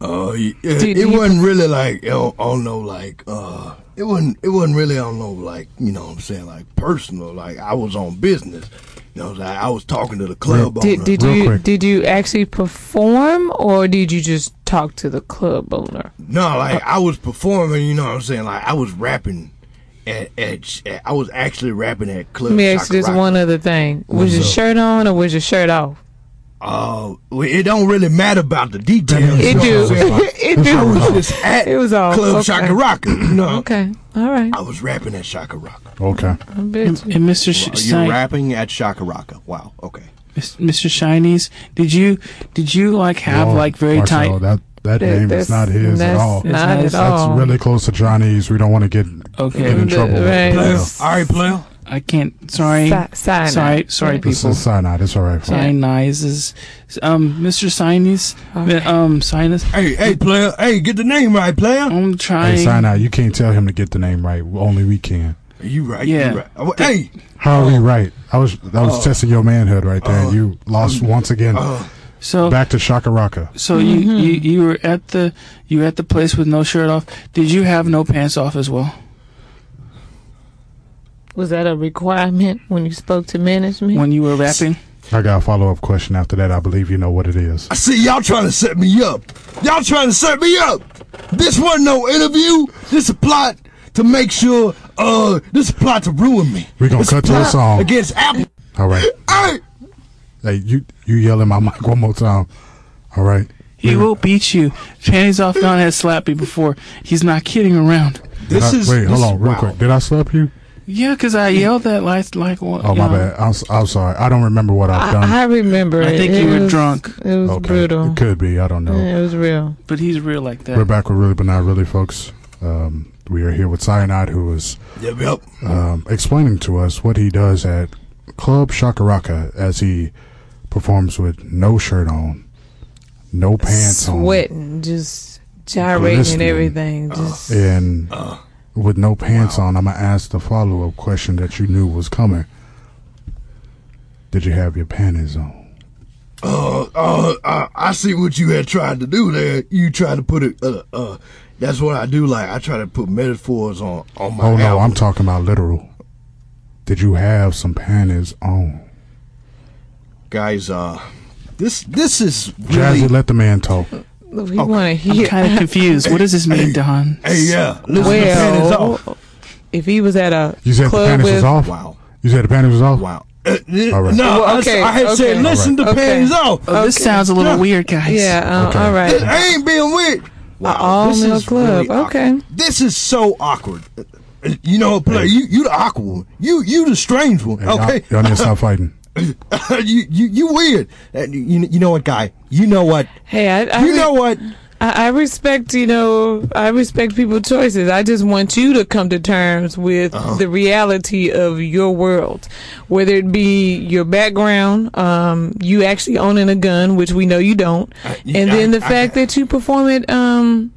[SPEAKER 6] Uh, yeah, it,
[SPEAKER 5] Do- do you-
[SPEAKER 6] wasn't really like you know, on no like uh, it wasn't it wasn't really on no like you know what I'm saying like personal like I was on business. You know, what I'm saying? I was talking to the club
[SPEAKER 5] Did,
[SPEAKER 6] owner.
[SPEAKER 5] did
[SPEAKER 3] Real
[SPEAKER 5] you
[SPEAKER 3] quick.
[SPEAKER 5] did you actually perform or did you just talk to the club owner? Uh,
[SPEAKER 6] no, like I was performing. You know what I'm saying? Like I was rapping,
[SPEAKER 2] at, at, at I was actually rapping at Club.
[SPEAKER 5] Let me ask you this
[SPEAKER 2] Shakaraka.
[SPEAKER 5] one other thing. Was your shirt on or was your shirt off?
[SPEAKER 2] Uh, well, it don't really matter about the details.
[SPEAKER 5] It
[SPEAKER 2] you know
[SPEAKER 5] do.
[SPEAKER 2] what I'm saying?
[SPEAKER 5] it
[SPEAKER 2] I was
[SPEAKER 5] do.
[SPEAKER 2] just at
[SPEAKER 5] It was off.
[SPEAKER 2] Club
[SPEAKER 5] Okay.
[SPEAKER 2] Shakaraka. You know,
[SPEAKER 5] Okay. All right.
[SPEAKER 2] I was rapping at Shakaraka.
[SPEAKER 3] Okay.
[SPEAKER 5] I bet you.
[SPEAKER 4] And Mr. Sh-
[SPEAKER 6] You're
[SPEAKER 4] Stein-
[SPEAKER 6] rapping at Shakaraka. Wow. Okay.
[SPEAKER 4] Mr. Shinies, did you did you like have
[SPEAKER 3] Whoa,
[SPEAKER 4] like very
[SPEAKER 3] Marcelo,
[SPEAKER 4] tight?
[SPEAKER 3] That that
[SPEAKER 5] That-
[SPEAKER 3] name
[SPEAKER 5] that's-
[SPEAKER 3] is not his at
[SPEAKER 5] that's
[SPEAKER 3] all.
[SPEAKER 5] Not
[SPEAKER 4] It's
[SPEAKER 5] at
[SPEAKER 4] nice.
[SPEAKER 3] That's
[SPEAKER 5] all.
[SPEAKER 3] really close to Johnny's. We don't want to get
[SPEAKER 4] Okay.
[SPEAKER 3] get in
[SPEAKER 5] The-
[SPEAKER 3] trouble.
[SPEAKER 5] right.
[SPEAKER 3] Yeah.
[SPEAKER 6] All right, player.
[SPEAKER 4] I can't. Sorry,
[SPEAKER 5] Si- cyanide.
[SPEAKER 4] sorry, sorry,
[SPEAKER 5] Yeah.
[SPEAKER 3] This
[SPEAKER 4] people.
[SPEAKER 3] is cyanide. It's all right. folks.
[SPEAKER 4] Sinus is, um, Mr. Sinus, um, Sinus.
[SPEAKER 6] Hey, hey, player. Hey, get the name right, player.
[SPEAKER 4] I'm
[SPEAKER 3] Hey,
[SPEAKER 4] trying.
[SPEAKER 3] cyanide. You can't tell him to get the name right. Only we can.
[SPEAKER 6] You right.
[SPEAKER 4] Yeah.
[SPEAKER 6] You right. Oh, Hey,
[SPEAKER 3] How are
[SPEAKER 4] Oh.
[SPEAKER 3] we right? I was I was testing your manhood right there. and you lost once again.
[SPEAKER 4] Oh. so,
[SPEAKER 3] Back to Shakaraka.
[SPEAKER 4] so you, you you were at the you were at the place with no shirt off. Did you have no pants off as well?
[SPEAKER 5] Was that a requirement when you spoke to management?
[SPEAKER 4] when you were rapping?
[SPEAKER 3] I got a follow up question after that. I believe you know what it is.
[SPEAKER 6] I see y'all trying to set me up. Y'all trying to set me up. This wasn't no interview. This a plot to make sure. Uh, this a plot to ruin me.
[SPEAKER 3] We gonna
[SPEAKER 6] This
[SPEAKER 3] cut to a
[SPEAKER 6] plot
[SPEAKER 3] song.
[SPEAKER 6] against Apple.
[SPEAKER 3] All right.
[SPEAKER 6] Hey,
[SPEAKER 3] Hey, you you yell in my mic one more time. All right.
[SPEAKER 4] He will beat you. Panties off, Don has slapped me before. He's not kidding around.
[SPEAKER 3] Did
[SPEAKER 6] this
[SPEAKER 3] I-
[SPEAKER 6] is
[SPEAKER 3] wait. Hold
[SPEAKER 6] this-
[SPEAKER 3] on, real
[SPEAKER 6] wow.
[SPEAKER 3] quick. Did I slap you?
[SPEAKER 4] Yeah, 'cause I yelled that like like what?
[SPEAKER 3] Oh my bad. I'm, s- I'm sorry. I don't remember what I've done.
[SPEAKER 5] I, I remember
[SPEAKER 4] I
[SPEAKER 5] it.
[SPEAKER 4] think
[SPEAKER 5] It
[SPEAKER 4] you were
[SPEAKER 5] was-
[SPEAKER 4] drunk.
[SPEAKER 5] It was
[SPEAKER 3] okay.
[SPEAKER 5] brutal.
[SPEAKER 3] It could be. I don't know.
[SPEAKER 5] Yeah, It was real.
[SPEAKER 4] But he's real like that.
[SPEAKER 3] We're back with really, but not really, folks. Um, we are here with Cyanide, who is
[SPEAKER 6] Yep, yep.
[SPEAKER 3] um, explaining to us what he does at Club Shakaraka as he performs with no shirt on, no pants
[SPEAKER 5] Sweating, just gyrating and
[SPEAKER 3] Glistening.
[SPEAKER 5] everything. Just
[SPEAKER 3] on, and with no pants on. I'm gonna ask the follow up question that you knew was coming. Did you have your panties on?
[SPEAKER 6] Uh, uh, uh, I see what you had tried to do there. You tried to put it. Uh, uh, that's what I do. Like I try to put metaphors on on my.
[SPEAKER 3] Oh no,
[SPEAKER 6] album.
[SPEAKER 3] I'm talking about literal. Did you have some panties on?
[SPEAKER 6] guys. Uh, this this is really.
[SPEAKER 3] Jazzy, let the man talk.
[SPEAKER 5] we want to
[SPEAKER 4] I'm
[SPEAKER 5] hear.
[SPEAKER 4] kind of confused. What does this mean, Don?
[SPEAKER 6] hey, yeah. Listen, the pen is
[SPEAKER 5] well,
[SPEAKER 6] off.
[SPEAKER 5] if he was at a
[SPEAKER 3] You said the
[SPEAKER 5] club
[SPEAKER 3] panties
[SPEAKER 5] with
[SPEAKER 3] was off.
[SPEAKER 6] Wow.
[SPEAKER 3] You said the panties was off.
[SPEAKER 6] Wow. Uh, n-
[SPEAKER 3] All right.
[SPEAKER 6] No,
[SPEAKER 5] Well,
[SPEAKER 6] I s-
[SPEAKER 5] okay,
[SPEAKER 6] I had
[SPEAKER 5] okay.
[SPEAKER 6] said, listen to
[SPEAKER 5] All right.
[SPEAKER 6] Penny's off.
[SPEAKER 4] Oh, this
[SPEAKER 5] Okay.
[SPEAKER 4] sounds a little weird, guys.
[SPEAKER 5] yeah, uh,
[SPEAKER 3] Okay.
[SPEAKER 5] all right.
[SPEAKER 6] I ain't being weird.
[SPEAKER 5] all
[SPEAKER 6] this
[SPEAKER 5] male
[SPEAKER 6] is
[SPEAKER 5] club.
[SPEAKER 6] really awkward.
[SPEAKER 5] Okay.
[SPEAKER 6] This is so awkward. Uh, uh, You know, play. You you the awkward one. You you the strange one.
[SPEAKER 3] Hey, y'all-
[SPEAKER 6] okay.
[SPEAKER 3] Y'all, need to stop fighting.
[SPEAKER 6] you you you weird. Uh, you you know what, guy? You know what?
[SPEAKER 5] Hey, I, I
[SPEAKER 6] You
[SPEAKER 5] re-
[SPEAKER 6] know what?
[SPEAKER 5] I, I respect, you know, I respect people's choices. I just want you to come to terms with
[SPEAKER 6] Uh-huh.
[SPEAKER 5] the reality of your world, whether it be your background, um, you actually owning a gun, which we know you don't,
[SPEAKER 6] you-
[SPEAKER 5] and
[SPEAKER 6] I-
[SPEAKER 5] then the
[SPEAKER 6] I-
[SPEAKER 5] fact that you perform at um,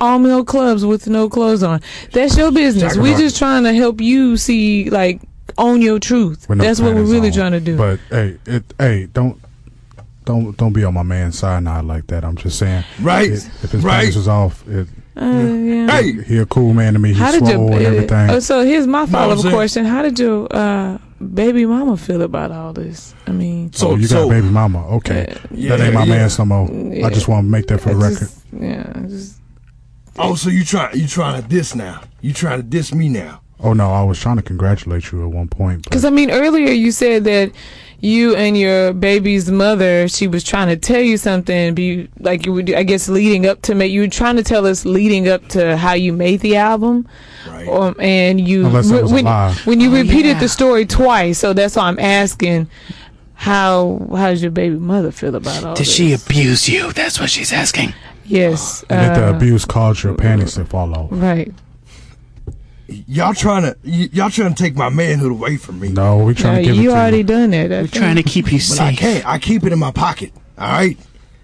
[SPEAKER 5] all male clubs with no clothes on. That's your business. We're just trying to help you see, like, own your truth.
[SPEAKER 3] with no
[SPEAKER 5] That's what we're
[SPEAKER 3] panties
[SPEAKER 5] really
[SPEAKER 3] on.
[SPEAKER 5] trying to do.
[SPEAKER 3] But hey, it, hey, don't. Don't don't be on my man's side not like that. I'm just saying.
[SPEAKER 6] Right.
[SPEAKER 3] It, if his
[SPEAKER 6] Right.
[SPEAKER 3] panties was off, it,
[SPEAKER 5] Uh, yeah.
[SPEAKER 6] Hey,
[SPEAKER 3] he a cool man to me. He
[SPEAKER 5] How did
[SPEAKER 3] swole
[SPEAKER 5] your
[SPEAKER 3] and
[SPEAKER 5] uh,
[SPEAKER 3] everything.
[SPEAKER 5] Oh, so here's my follow
[SPEAKER 6] I'm
[SPEAKER 5] up
[SPEAKER 6] saying-
[SPEAKER 5] question: How did your uh, baby mama feel about all this? I mean,
[SPEAKER 6] so
[SPEAKER 3] oh, you
[SPEAKER 6] so
[SPEAKER 3] got baby mama. Okay,
[SPEAKER 6] Yeah,
[SPEAKER 3] that ain't my
[SPEAKER 6] yeah.
[SPEAKER 3] man's no more.
[SPEAKER 5] Yeah.
[SPEAKER 3] I just want to make that for
[SPEAKER 5] I
[SPEAKER 3] the record.
[SPEAKER 5] just- yeah, I just,
[SPEAKER 6] oh, so you try you trying to diss now? You trying to diss me now?
[SPEAKER 3] oh no, I was trying to congratulate you at one point.
[SPEAKER 5] because
[SPEAKER 3] But
[SPEAKER 5] I mean, earlier you said that you and your baby's mother, she was trying to tell you something. Be like you would, I guess, leading up to make you were trying to tell us leading up to how you made the album.
[SPEAKER 6] Right.
[SPEAKER 5] Um, and you
[SPEAKER 3] Unless that was a
[SPEAKER 5] when,
[SPEAKER 3] lie.
[SPEAKER 5] when you
[SPEAKER 4] Oh,
[SPEAKER 5] repeated
[SPEAKER 4] yeah.
[SPEAKER 5] the story twice, so that's why I'm asking. How how does your baby mother feel about all
[SPEAKER 4] Did
[SPEAKER 5] this?
[SPEAKER 4] she abuse you? That's what she's asking.
[SPEAKER 5] Yes.
[SPEAKER 3] and if the
[SPEAKER 5] uh,
[SPEAKER 3] abuse caused your panties to fall off.
[SPEAKER 5] Right.
[SPEAKER 6] y'all trying to y- y'all trying to take my manhood away from me?
[SPEAKER 3] No, we trying
[SPEAKER 5] Now,
[SPEAKER 3] to give
[SPEAKER 5] you
[SPEAKER 3] it to
[SPEAKER 5] already done that.
[SPEAKER 4] We're trying to keep you
[SPEAKER 6] But I
[SPEAKER 4] safe.
[SPEAKER 6] can't. I keep it in my pocket. All right.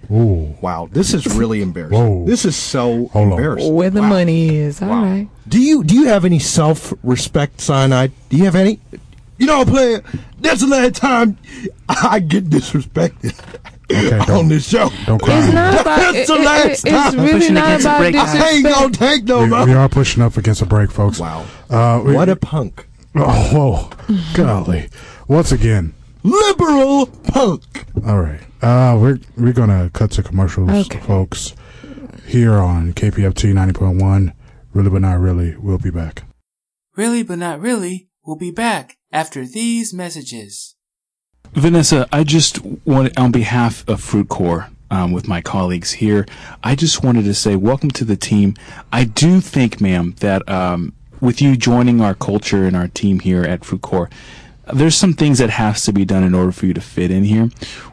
[SPEAKER 3] you. Ooh,
[SPEAKER 6] Wow, this is really embarrassing.
[SPEAKER 3] Whoa.
[SPEAKER 6] This is so
[SPEAKER 3] Hold on.
[SPEAKER 6] embarrassing.
[SPEAKER 5] Where the
[SPEAKER 6] Wow.
[SPEAKER 5] money is. All right.
[SPEAKER 6] Wow. Do you do you have any self respect, cyanide? Do you have any? You know, player. That's the last time I get disrespected
[SPEAKER 3] Okay,
[SPEAKER 6] on
[SPEAKER 3] don't-
[SPEAKER 6] this show.
[SPEAKER 3] don't cry.
[SPEAKER 5] It's not about.
[SPEAKER 6] That's
[SPEAKER 5] It,
[SPEAKER 6] the
[SPEAKER 5] it-
[SPEAKER 6] last
[SPEAKER 5] it- it's
[SPEAKER 6] time.
[SPEAKER 5] really
[SPEAKER 4] Pushing
[SPEAKER 5] not
[SPEAKER 4] against the
[SPEAKER 5] about
[SPEAKER 4] brake.
[SPEAKER 6] I ain't gonna
[SPEAKER 5] disrespect.
[SPEAKER 6] take no
[SPEAKER 3] we, we
[SPEAKER 6] more.
[SPEAKER 3] are pushing up against a break, folks.
[SPEAKER 6] Oh, Wow.
[SPEAKER 3] Uh, we-
[SPEAKER 6] What a punk,
[SPEAKER 3] Oh, whoa. Golly. Once again.
[SPEAKER 6] liberal punk.
[SPEAKER 3] All right. Uh, we're we're gonna cut to commercials,
[SPEAKER 5] Okay.
[SPEAKER 3] folks. Here on KPFT ninety point one. Really, but not really. We'll be back.
[SPEAKER 8] Really But Not Really will be back after these messages.
[SPEAKER 4] Vanessa, I just wanted, on behalf of Fruit Corps, um, with my colleagues here, I just wanted to say welcome to the team. I do think, ma'am, that um, with you joining our culture and our team here at Fruit Corps, there's some things that has to be done in order for you to fit in here.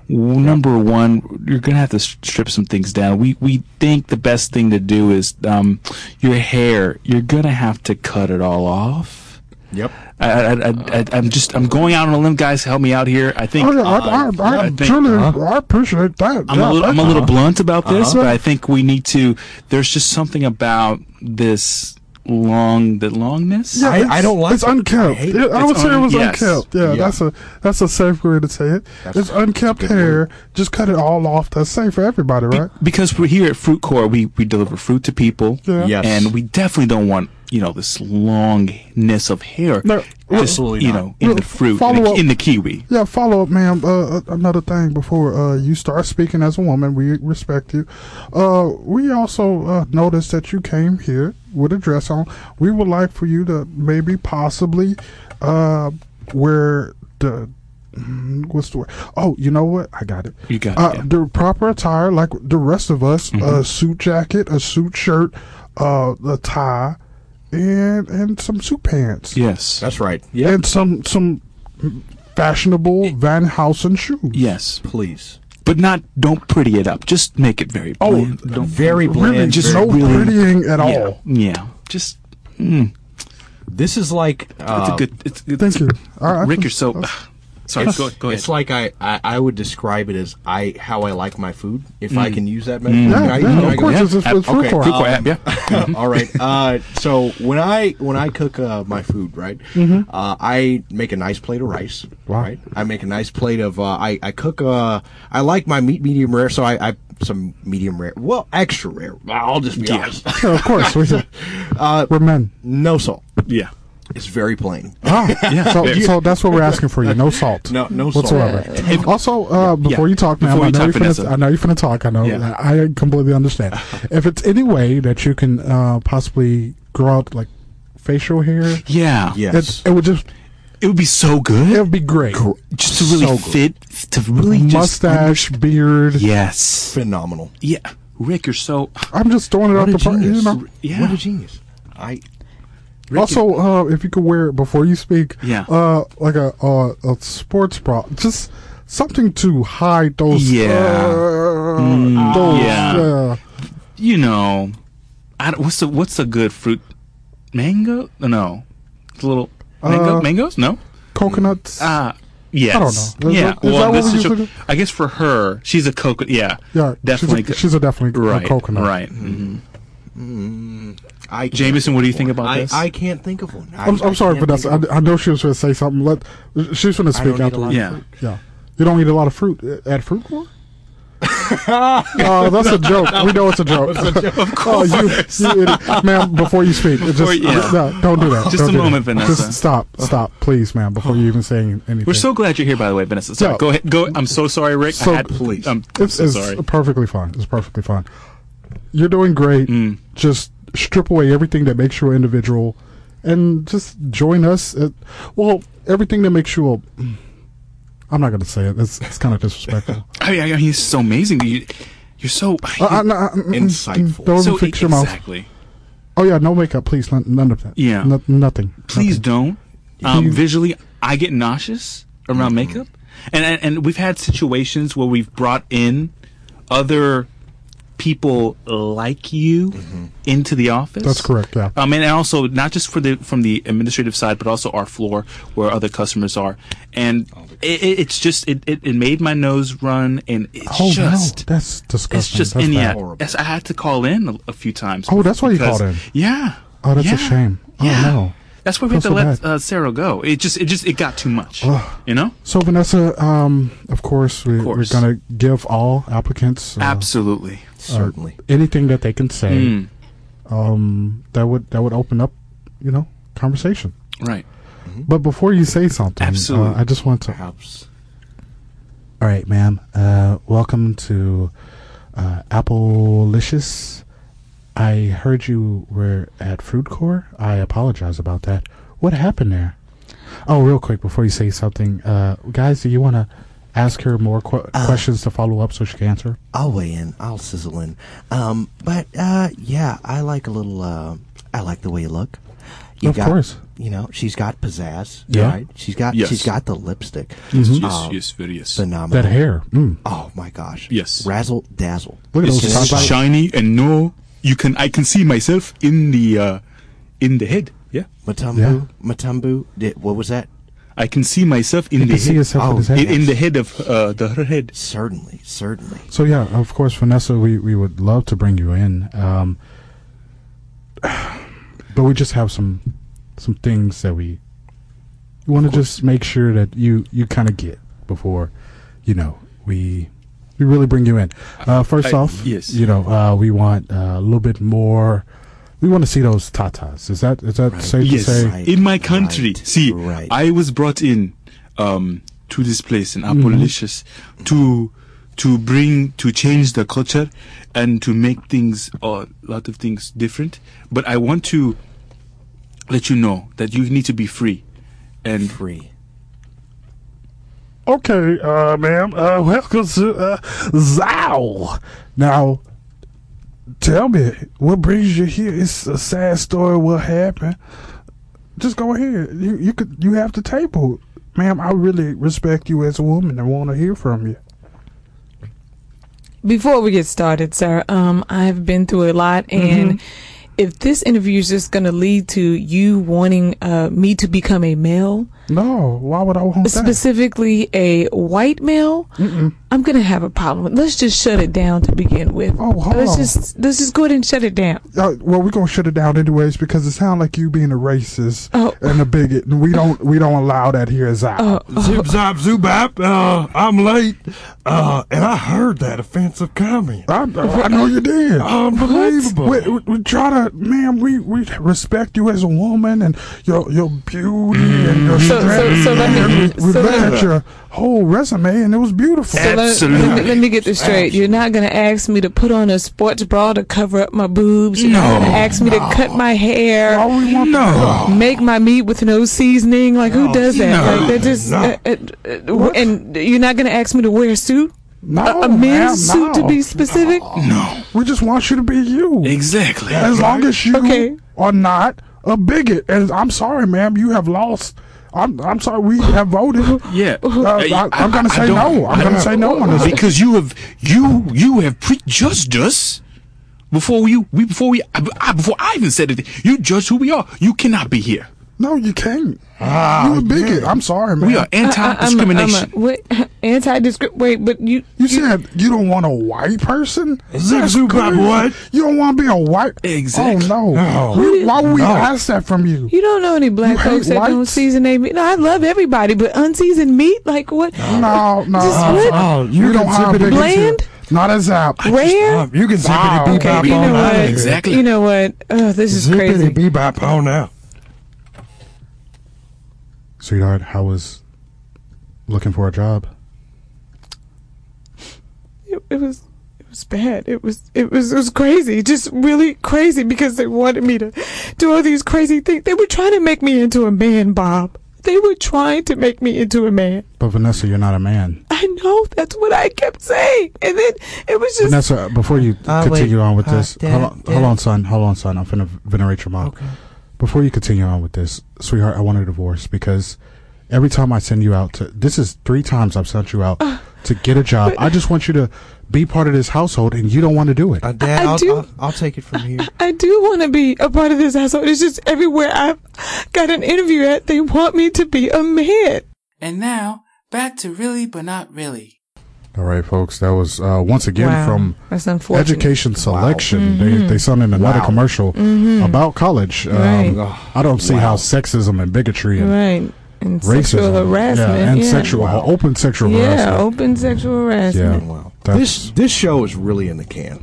[SPEAKER 4] W- Number one, you're gonna have to s- strip some things down. We we think the best thing to do is um, your hair. You're gonna have to cut it all off.
[SPEAKER 6] Yep.
[SPEAKER 4] I, I, I, I, I'm just I'm going out on a limb, guys. Help me out here. I think
[SPEAKER 3] Oh, I, I, I, I,
[SPEAKER 4] I think-
[SPEAKER 3] truly, I appreciate that.
[SPEAKER 4] I'm
[SPEAKER 3] Yeah,
[SPEAKER 4] a little, I'm a
[SPEAKER 3] thank
[SPEAKER 4] little blunt about this,
[SPEAKER 3] Uh-huh.
[SPEAKER 4] but I think we need to. There's just something about this long, the longness.
[SPEAKER 3] you.
[SPEAKER 6] I- I don't like
[SPEAKER 3] it's
[SPEAKER 6] it. I
[SPEAKER 3] unkept.
[SPEAKER 6] hate
[SPEAKER 3] Yeah, I,
[SPEAKER 6] it.
[SPEAKER 3] would
[SPEAKER 4] It's
[SPEAKER 3] say it
[SPEAKER 4] un-
[SPEAKER 3] was
[SPEAKER 4] yes.
[SPEAKER 3] unkept. Yeah,
[SPEAKER 6] Yeah.
[SPEAKER 3] that's a that's a safe way to say it. it's unkept hair. Just cut it all off. That's safe for everybody, right?
[SPEAKER 4] Because we're here at Fruit Corps, we, we deliver fruit to people,
[SPEAKER 3] Yeah.
[SPEAKER 6] Yes.
[SPEAKER 4] and we definitely don't want you know this longness of hair.
[SPEAKER 3] No,
[SPEAKER 4] just,
[SPEAKER 6] absolutely
[SPEAKER 4] you
[SPEAKER 6] not.
[SPEAKER 4] know, in
[SPEAKER 3] Well,
[SPEAKER 4] the fruit, in
[SPEAKER 3] follow
[SPEAKER 4] the,
[SPEAKER 3] up-
[SPEAKER 4] in the kiwi.
[SPEAKER 3] Yeah, follow up, ma'am. Uh, uh, another thing before uh, you start speaking as a woman, we respect you. Uh, we also uh, noticed that you came here with a dress on. We would like for you to maybe possibly uh, wear the. mm, What's the word? Oh, you know what? I got it.
[SPEAKER 4] You got it,
[SPEAKER 3] uh,
[SPEAKER 4] yeah. Mm-hmm.
[SPEAKER 3] the proper attire, like the rest of us. A suit jacket, a suit shirt, uh, a tie, and and some suit pants
[SPEAKER 4] Yes.
[SPEAKER 6] That's right. Yep.
[SPEAKER 3] and some some fashionable Van Housen shoes.
[SPEAKER 4] Yes,
[SPEAKER 6] Please.
[SPEAKER 4] but not. Don't pretty it up. Just make it very.
[SPEAKER 3] Oh,
[SPEAKER 4] Bland. don't
[SPEAKER 6] Very bland.
[SPEAKER 3] Really,
[SPEAKER 4] just
[SPEAKER 3] just
[SPEAKER 6] very-
[SPEAKER 3] no
[SPEAKER 4] really-
[SPEAKER 3] prettying at
[SPEAKER 4] yeah,
[SPEAKER 3] all.
[SPEAKER 4] Yeah, just mm.
[SPEAKER 6] This is like uh,
[SPEAKER 4] it's a good. It's, it's,
[SPEAKER 3] Thank you. I- I
[SPEAKER 4] Rick,
[SPEAKER 3] can-
[SPEAKER 4] you're so. Sorry,
[SPEAKER 6] It's,
[SPEAKER 4] go, go ahead.
[SPEAKER 6] it's like I, I, I would describe it as I how I like my food if I can use that metaphor.
[SPEAKER 3] Yeah,
[SPEAKER 6] Can I-
[SPEAKER 3] yeah,
[SPEAKER 6] can
[SPEAKER 3] of
[SPEAKER 6] I go-
[SPEAKER 3] course, it's, it's, it's
[SPEAKER 4] okay,
[SPEAKER 3] fruit for
[SPEAKER 4] Fruit
[SPEAKER 3] it.
[SPEAKER 4] Corps app, yeah.
[SPEAKER 6] All right. Uh, so when I when I cook uh, my food, right, uh, I make a nice plate of rice.
[SPEAKER 3] Wow.
[SPEAKER 6] Right. I make a nice plate of. Uh, I I cook. Uh, I like my meat medium rare, so I, I some medium rare. Well, extra rare. I'll just be honest.
[SPEAKER 3] Yeah, of course,
[SPEAKER 4] Uh,
[SPEAKER 3] we, we're men.
[SPEAKER 6] no salt.
[SPEAKER 4] Yeah.
[SPEAKER 6] It's very plain.
[SPEAKER 3] Oh, so, so that's what we're asking for you. No salt.
[SPEAKER 6] No, no salt.
[SPEAKER 3] whatsoever. also, uh, before
[SPEAKER 4] yeah.
[SPEAKER 3] you talk, ma'am,
[SPEAKER 4] Before
[SPEAKER 3] I
[SPEAKER 4] you
[SPEAKER 3] know
[SPEAKER 4] talk,
[SPEAKER 3] you're finna,
[SPEAKER 4] Vanessa.
[SPEAKER 3] I know you're finna talk. I know.
[SPEAKER 4] Yeah.
[SPEAKER 3] I I completely understand. if it's any way that you can uh, possibly grow out like facial hair,
[SPEAKER 4] Yeah.
[SPEAKER 6] Yes.
[SPEAKER 3] it, it would just
[SPEAKER 4] It would be so good.
[SPEAKER 3] it would be great.
[SPEAKER 4] just to really
[SPEAKER 6] so good.
[SPEAKER 4] fit, to really just
[SPEAKER 3] Mustache, beard.
[SPEAKER 4] Yes.
[SPEAKER 6] Phenomenal.
[SPEAKER 4] Yeah. Rick, you're so.
[SPEAKER 3] I'm just throwing it
[SPEAKER 6] What
[SPEAKER 3] out
[SPEAKER 6] a
[SPEAKER 3] the park. You
[SPEAKER 6] genius.
[SPEAKER 3] know.
[SPEAKER 4] Yeah.
[SPEAKER 6] What a genius. I
[SPEAKER 3] Also, uh, if you could wear it before you speak,
[SPEAKER 4] Yeah.
[SPEAKER 3] uh, like a uh, a sports bra, just something to hide those,
[SPEAKER 4] Yeah. Mm.
[SPEAKER 3] uh, those,
[SPEAKER 4] yeah.
[SPEAKER 3] uh,
[SPEAKER 4] You know, I don't, what's the what's a good fruit? Mango? Oh, No, it's a little mango.
[SPEAKER 3] Uh,
[SPEAKER 4] mangoes? No.
[SPEAKER 3] coconuts.
[SPEAKER 4] Ah. Yes.
[SPEAKER 3] I don't know. Is
[SPEAKER 4] Yeah.
[SPEAKER 3] that- is that
[SPEAKER 4] well,
[SPEAKER 3] what
[SPEAKER 4] this
[SPEAKER 3] we
[SPEAKER 4] is
[SPEAKER 3] usually
[SPEAKER 4] true-
[SPEAKER 3] do?
[SPEAKER 4] I guess for her, she's a coconut. Yeah.
[SPEAKER 3] yeah,
[SPEAKER 4] Definitely.
[SPEAKER 3] She's a, she's a definitely
[SPEAKER 4] right.
[SPEAKER 3] a coconut.
[SPEAKER 4] Right. Mhm.
[SPEAKER 6] Mm-hmm. I can't
[SPEAKER 4] Jameson, what do you
[SPEAKER 6] think
[SPEAKER 4] think
[SPEAKER 6] of one.
[SPEAKER 4] about
[SPEAKER 6] I,
[SPEAKER 4] this?
[SPEAKER 6] I can't think of one. I,
[SPEAKER 3] I'm,
[SPEAKER 6] I
[SPEAKER 3] I'm sorry,
[SPEAKER 6] can't
[SPEAKER 3] Vanessa.
[SPEAKER 6] think of
[SPEAKER 3] I, I know she was going to say something. Let she's going to
[SPEAKER 6] one. I
[SPEAKER 3] speak
[SPEAKER 6] don't eat a lot
[SPEAKER 3] after.
[SPEAKER 6] of
[SPEAKER 4] Yeah.
[SPEAKER 6] fruit.
[SPEAKER 3] Yeah, you don't eat a lot of fruit uh, at fruit court. Oh, that's a joke. We know it's a joke.
[SPEAKER 4] Of
[SPEAKER 3] Oh,
[SPEAKER 4] course.
[SPEAKER 3] you, you idiot. ma'am! Before you speak, it
[SPEAKER 4] Before-
[SPEAKER 3] just
[SPEAKER 4] yeah.
[SPEAKER 3] no, don't do that.
[SPEAKER 4] Just
[SPEAKER 3] Don't
[SPEAKER 4] a
[SPEAKER 3] do that.
[SPEAKER 4] moment, Vanessa.
[SPEAKER 3] Just stop, stop, please, ma'am. Before you even say anything,
[SPEAKER 4] We're so glad you're here, by the way, Vanessa. Sorry.
[SPEAKER 3] Yeah.
[SPEAKER 4] Go ahead. Go. I'm so sorry, Rick.
[SPEAKER 3] So-
[SPEAKER 4] I had,
[SPEAKER 6] Please.
[SPEAKER 4] I'm, I'm
[SPEAKER 3] it's,
[SPEAKER 4] so
[SPEAKER 3] it's
[SPEAKER 4] sorry.
[SPEAKER 3] perfectly fine. It's perfectly fine. You're doing great.
[SPEAKER 4] Mm.
[SPEAKER 3] Just strip away everything that makes you an individual, and just join us. At, well, everything that makes you a. I'm not going to say it. It's, it's kind of disrespectful.
[SPEAKER 4] I mean, I mean, Oh, he's so amazing. You, you're so.
[SPEAKER 3] Uh, uh, no, uh, mm, mm,
[SPEAKER 6] Insightful.
[SPEAKER 3] Don't
[SPEAKER 4] so
[SPEAKER 3] even fix your mouth.
[SPEAKER 4] exactly.
[SPEAKER 3] Oh yeah, no makeup, please. None, none of that.
[SPEAKER 4] Yeah.
[SPEAKER 3] No- nothing.
[SPEAKER 4] Please
[SPEAKER 3] Nothing.
[SPEAKER 4] don't. Um, visually, I get nauseous around makeup, and, and and we've had situations where we've brought in other people like you
[SPEAKER 6] Mm-hmm.
[SPEAKER 4] into the office.
[SPEAKER 3] That's correct, yeah.
[SPEAKER 4] Um, and and also not just for the from the administrative side, but also our floor where other customers are, and it, it, it's just it, it, it made my nose run, and it's
[SPEAKER 3] Oh
[SPEAKER 4] just
[SPEAKER 3] no, that's disgusting.
[SPEAKER 4] It's just
[SPEAKER 3] that's
[SPEAKER 4] and
[SPEAKER 3] bad.
[SPEAKER 4] yeah,
[SPEAKER 6] horrible.
[SPEAKER 4] that's- I had to call in a, a few times.
[SPEAKER 3] Oh, that's why you called in.
[SPEAKER 4] Yeah.
[SPEAKER 3] Oh, that's a
[SPEAKER 4] yeah,
[SPEAKER 3] shame. Oh,
[SPEAKER 4] yeah.
[SPEAKER 3] no.
[SPEAKER 4] That's why we
[SPEAKER 3] Feel
[SPEAKER 4] had to
[SPEAKER 3] so
[SPEAKER 4] let
[SPEAKER 3] bad.
[SPEAKER 4] uh, Sarah go. It just, it just, it got too much. You know.
[SPEAKER 3] So Vanessa, um, of course, we,
[SPEAKER 4] course.
[SPEAKER 3] we're gonna give all applicants uh,
[SPEAKER 4] Absolutely.
[SPEAKER 6] Certainly.
[SPEAKER 3] anything that they can say
[SPEAKER 4] Mm,
[SPEAKER 3] um, that would that would open up, you know, conversation.
[SPEAKER 4] Mm, right.
[SPEAKER 11] Mm-hmm.
[SPEAKER 3] But before you say something, uh,
[SPEAKER 4] Absolutely.
[SPEAKER 3] I just want to.
[SPEAKER 6] Perhaps.
[SPEAKER 3] All right, ma'am. Uh, welcome to uh, Applelicious. I heard you were at Fruit Corps. I apologize about that. What happened there? Oh, real quick before you say something, uh, guys, do you want to ask her more qu-
[SPEAKER 11] Uh.
[SPEAKER 3] questions to follow up so she can answer?
[SPEAKER 7] I'll weigh in. I'll sizzle in. Um, but uh, yeah, I like a little. Uh, I like the way you look. You
[SPEAKER 3] Of course.
[SPEAKER 7] You know, she's got pizzazz.
[SPEAKER 3] Yeah.
[SPEAKER 7] right? She's got.
[SPEAKER 11] Yes.
[SPEAKER 7] She's got the lipstick.
[SPEAKER 4] Mm-hmm.
[SPEAKER 11] Yes,
[SPEAKER 4] Ah.
[SPEAKER 7] Um,
[SPEAKER 11] yes, very yes.
[SPEAKER 7] Phenomenal.
[SPEAKER 3] That hair. Mm.
[SPEAKER 7] Oh my gosh.
[SPEAKER 11] Yes.
[SPEAKER 7] Razzle dazzle.
[SPEAKER 3] Look at
[SPEAKER 11] It's
[SPEAKER 3] those
[SPEAKER 11] just
[SPEAKER 3] top eyes.
[SPEAKER 11] shiny and no, you can. I can see myself in the, uh, in the head. Yeah,
[SPEAKER 7] Matumbu. Matumbu. Did, what was that?
[SPEAKER 11] I can see myself in
[SPEAKER 3] You
[SPEAKER 11] the
[SPEAKER 3] can see
[SPEAKER 11] head.
[SPEAKER 3] yourself
[SPEAKER 7] Oh,
[SPEAKER 3] with his head.
[SPEAKER 11] in, in the head of uh, the her head.
[SPEAKER 7] Certainly. Certainly.
[SPEAKER 3] So yeah, of course, Vanessa, we, we would love to bring you in, um, but we just have some some things that we want to just make sure that you you kind of get before you know we we really bring you in. Uh, first
[SPEAKER 11] I-
[SPEAKER 3] off,
[SPEAKER 11] yes.
[SPEAKER 3] you know uh, we want uh, a little bit more. We want to see those tatas. Is that is that safe
[SPEAKER 11] Yes,
[SPEAKER 3] to say?
[SPEAKER 7] Right,
[SPEAKER 11] in my country.
[SPEAKER 7] right,
[SPEAKER 11] see,
[SPEAKER 7] right.
[SPEAKER 11] I was brought in um, to this place in
[SPEAKER 3] Mm-hmm.
[SPEAKER 11] Apollolicious to to bring to change the culture and to make things a lot of things different. But I want to let you know that you need to be free and
[SPEAKER 7] Free.
[SPEAKER 3] Okay, uh, ma'am. Uh, welcome to uh, Zow. Now, tell me what brings you here. It's a sad story. What happened? Just go ahead. You you could you have the table, ma'am. I really respect you as a woman. I want to hear from you.
[SPEAKER 5] Before we get started, sir, um, I've been through a lot, and if this interview is just going to lead to you wanting uh, me to become a male,
[SPEAKER 3] No, why would I want that?
[SPEAKER 5] specifically a white male, I'm going to have a problem. Let's just shut it down to begin with.
[SPEAKER 3] Oh, hold
[SPEAKER 5] let's
[SPEAKER 3] on.
[SPEAKER 5] just let's just go ahead and shut it down.
[SPEAKER 3] Uh, well, we're gonna shut it down anyways because it sounds like you being a racist
[SPEAKER 5] Oh.
[SPEAKER 3] and a bigot, and we don't we don't allow that here as Zow.
[SPEAKER 6] Zip zop zoobap. Uh, I'm late, uh, and I heard that offensive comment.
[SPEAKER 3] I, I know you did.
[SPEAKER 6] Um, Unbelievable.
[SPEAKER 3] We, we, we try to, ma'am. We, we respect you as a woman and your your beauty and your
[SPEAKER 11] Mm-hmm.
[SPEAKER 5] So- so-
[SPEAKER 3] strength.
[SPEAKER 5] so let me-
[SPEAKER 3] And we we
[SPEAKER 5] so
[SPEAKER 3] looked
[SPEAKER 5] let-
[SPEAKER 3] at your whole resume and it was beautiful.
[SPEAKER 5] So let, let, me, let me get this straight. You're not going to ask me to put on a sports bra to cover up my boobs. You're not going to ask me to cut my hair.
[SPEAKER 3] All we want
[SPEAKER 6] No.
[SPEAKER 5] make my meat with no seasoning. Like who does that?
[SPEAKER 6] No,
[SPEAKER 5] like that just
[SPEAKER 6] no.
[SPEAKER 5] uh, uh, uh, and you're not gonna ask me to wear a suit,
[SPEAKER 3] no,
[SPEAKER 5] a, a men's
[SPEAKER 3] ma'am,
[SPEAKER 5] suit
[SPEAKER 3] Oh, no.
[SPEAKER 5] to be specific.
[SPEAKER 3] We just want you to be you.
[SPEAKER 11] exactly.
[SPEAKER 3] As long as you
[SPEAKER 5] Okay.
[SPEAKER 3] are not a bigot. And I'm sorry, ma'am, you have lost. I'm I'm sorry, we have voted.
[SPEAKER 11] Yeah,
[SPEAKER 3] Uh, I, I'm gonna
[SPEAKER 11] I- I
[SPEAKER 3] say
[SPEAKER 11] don't-
[SPEAKER 3] no. I'm
[SPEAKER 11] I
[SPEAKER 3] gonna
[SPEAKER 11] don't-
[SPEAKER 3] say no on this.
[SPEAKER 11] because you have you you have prejudged us before you we before we
[SPEAKER 4] ah,
[SPEAKER 11] I, I- before I even said it. You judged who we are. You cannot be here.
[SPEAKER 3] No, you can't. you a bigot. I'm sorry, man.
[SPEAKER 11] Ah, We are
[SPEAKER 5] I'm a- I'm a-
[SPEAKER 11] anti-discrimination.
[SPEAKER 5] what anti-discrimination? Wait, but you
[SPEAKER 3] You said you don't want a white person?
[SPEAKER 6] Zip
[SPEAKER 3] That's
[SPEAKER 6] zoop
[SPEAKER 3] crazy.
[SPEAKER 6] bop, what?
[SPEAKER 3] You don't want to be a white?
[SPEAKER 11] Exactly.
[SPEAKER 3] Oh, no.
[SPEAKER 6] No.
[SPEAKER 3] We- why would we ask that from you?
[SPEAKER 5] you don't know any black
[SPEAKER 3] You hate
[SPEAKER 5] folks that don't
[SPEAKER 3] whites?
[SPEAKER 5] season their meat. No, I love everybody, but unseasoned meat, like what?
[SPEAKER 3] No, no.
[SPEAKER 5] Just what?
[SPEAKER 6] Oh, you
[SPEAKER 3] we don't
[SPEAKER 6] can
[SPEAKER 3] have
[SPEAKER 6] zip it
[SPEAKER 3] bigots here.
[SPEAKER 5] Bland?
[SPEAKER 3] Not as out.
[SPEAKER 5] Rare?
[SPEAKER 6] Um, you can
[SPEAKER 3] Wow.
[SPEAKER 6] zippity
[SPEAKER 3] Okay,
[SPEAKER 6] bebop
[SPEAKER 5] you
[SPEAKER 6] on
[SPEAKER 5] know
[SPEAKER 6] out.
[SPEAKER 5] what?
[SPEAKER 6] of here.
[SPEAKER 11] Exactly.
[SPEAKER 5] You know what? Oh, this is
[SPEAKER 6] Zippity
[SPEAKER 5] crazy.
[SPEAKER 6] bebop on out.
[SPEAKER 3] Sweetheart, how was looking for a job?
[SPEAKER 5] it, it was it was bad. It was it was it was crazy. Just really crazy because they wanted me to do all these crazy things. They were trying to make me into a man, Bob. They were trying to make me into a man.
[SPEAKER 3] But Vanessa, you're not a man.
[SPEAKER 5] I know that's what I kept saying, and then it was just
[SPEAKER 3] Vanessa, before you
[SPEAKER 5] Ah,
[SPEAKER 7] Uh, wait.
[SPEAKER 3] continue on with
[SPEAKER 7] Uh,
[SPEAKER 3] this,
[SPEAKER 7] Dad,
[SPEAKER 3] hold, on,
[SPEAKER 7] Dad.
[SPEAKER 3] hold on, son. Hold on, son. I'm finna venerate your mom. Before you continue on with this, sweetheart, I want a divorce because every time I send you out to, this is three times I've sent you out
[SPEAKER 5] Ah.
[SPEAKER 3] to get a job. I just want you to be part of this household, and you don't want to do it.
[SPEAKER 7] Uh, Dad,
[SPEAKER 5] I
[SPEAKER 7] I'll,
[SPEAKER 5] do-
[SPEAKER 7] I'll, I'll take it from here.
[SPEAKER 5] I do want to be a part of this household. It's just everywhere I've got an interview at, they want me to be a man.
[SPEAKER 8] And now, back to really but not really.
[SPEAKER 3] All right, folks. That was uh, once again from
[SPEAKER 5] that's unfortunate.
[SPEAKER 3] Education Selection.
[SPEAKER 5] Mm-hmm.
[SPEAKER 3] They they sent in another commercial about college. Um,
[SPEAKER 5] Right.
[SPEAKER 3] I don't see how sexism and bigotry and
[SPEAKER 5] right? And
[SPEAKER 3] racism,
[SPEAKER 5] sexual harassment,
[SPEAKER 3] yeah, and sexual open sexual
[SPEAKER 5] yeah,
[SPEAKER 3] harassment.
[SPEAKER 5] open sexual harassment.
[SPEAKER 3] Yeah.
[SPEAKER 6] Wow.
[SPEAKER 3] That's-
[SPEAKER 6] this this show is really in the can.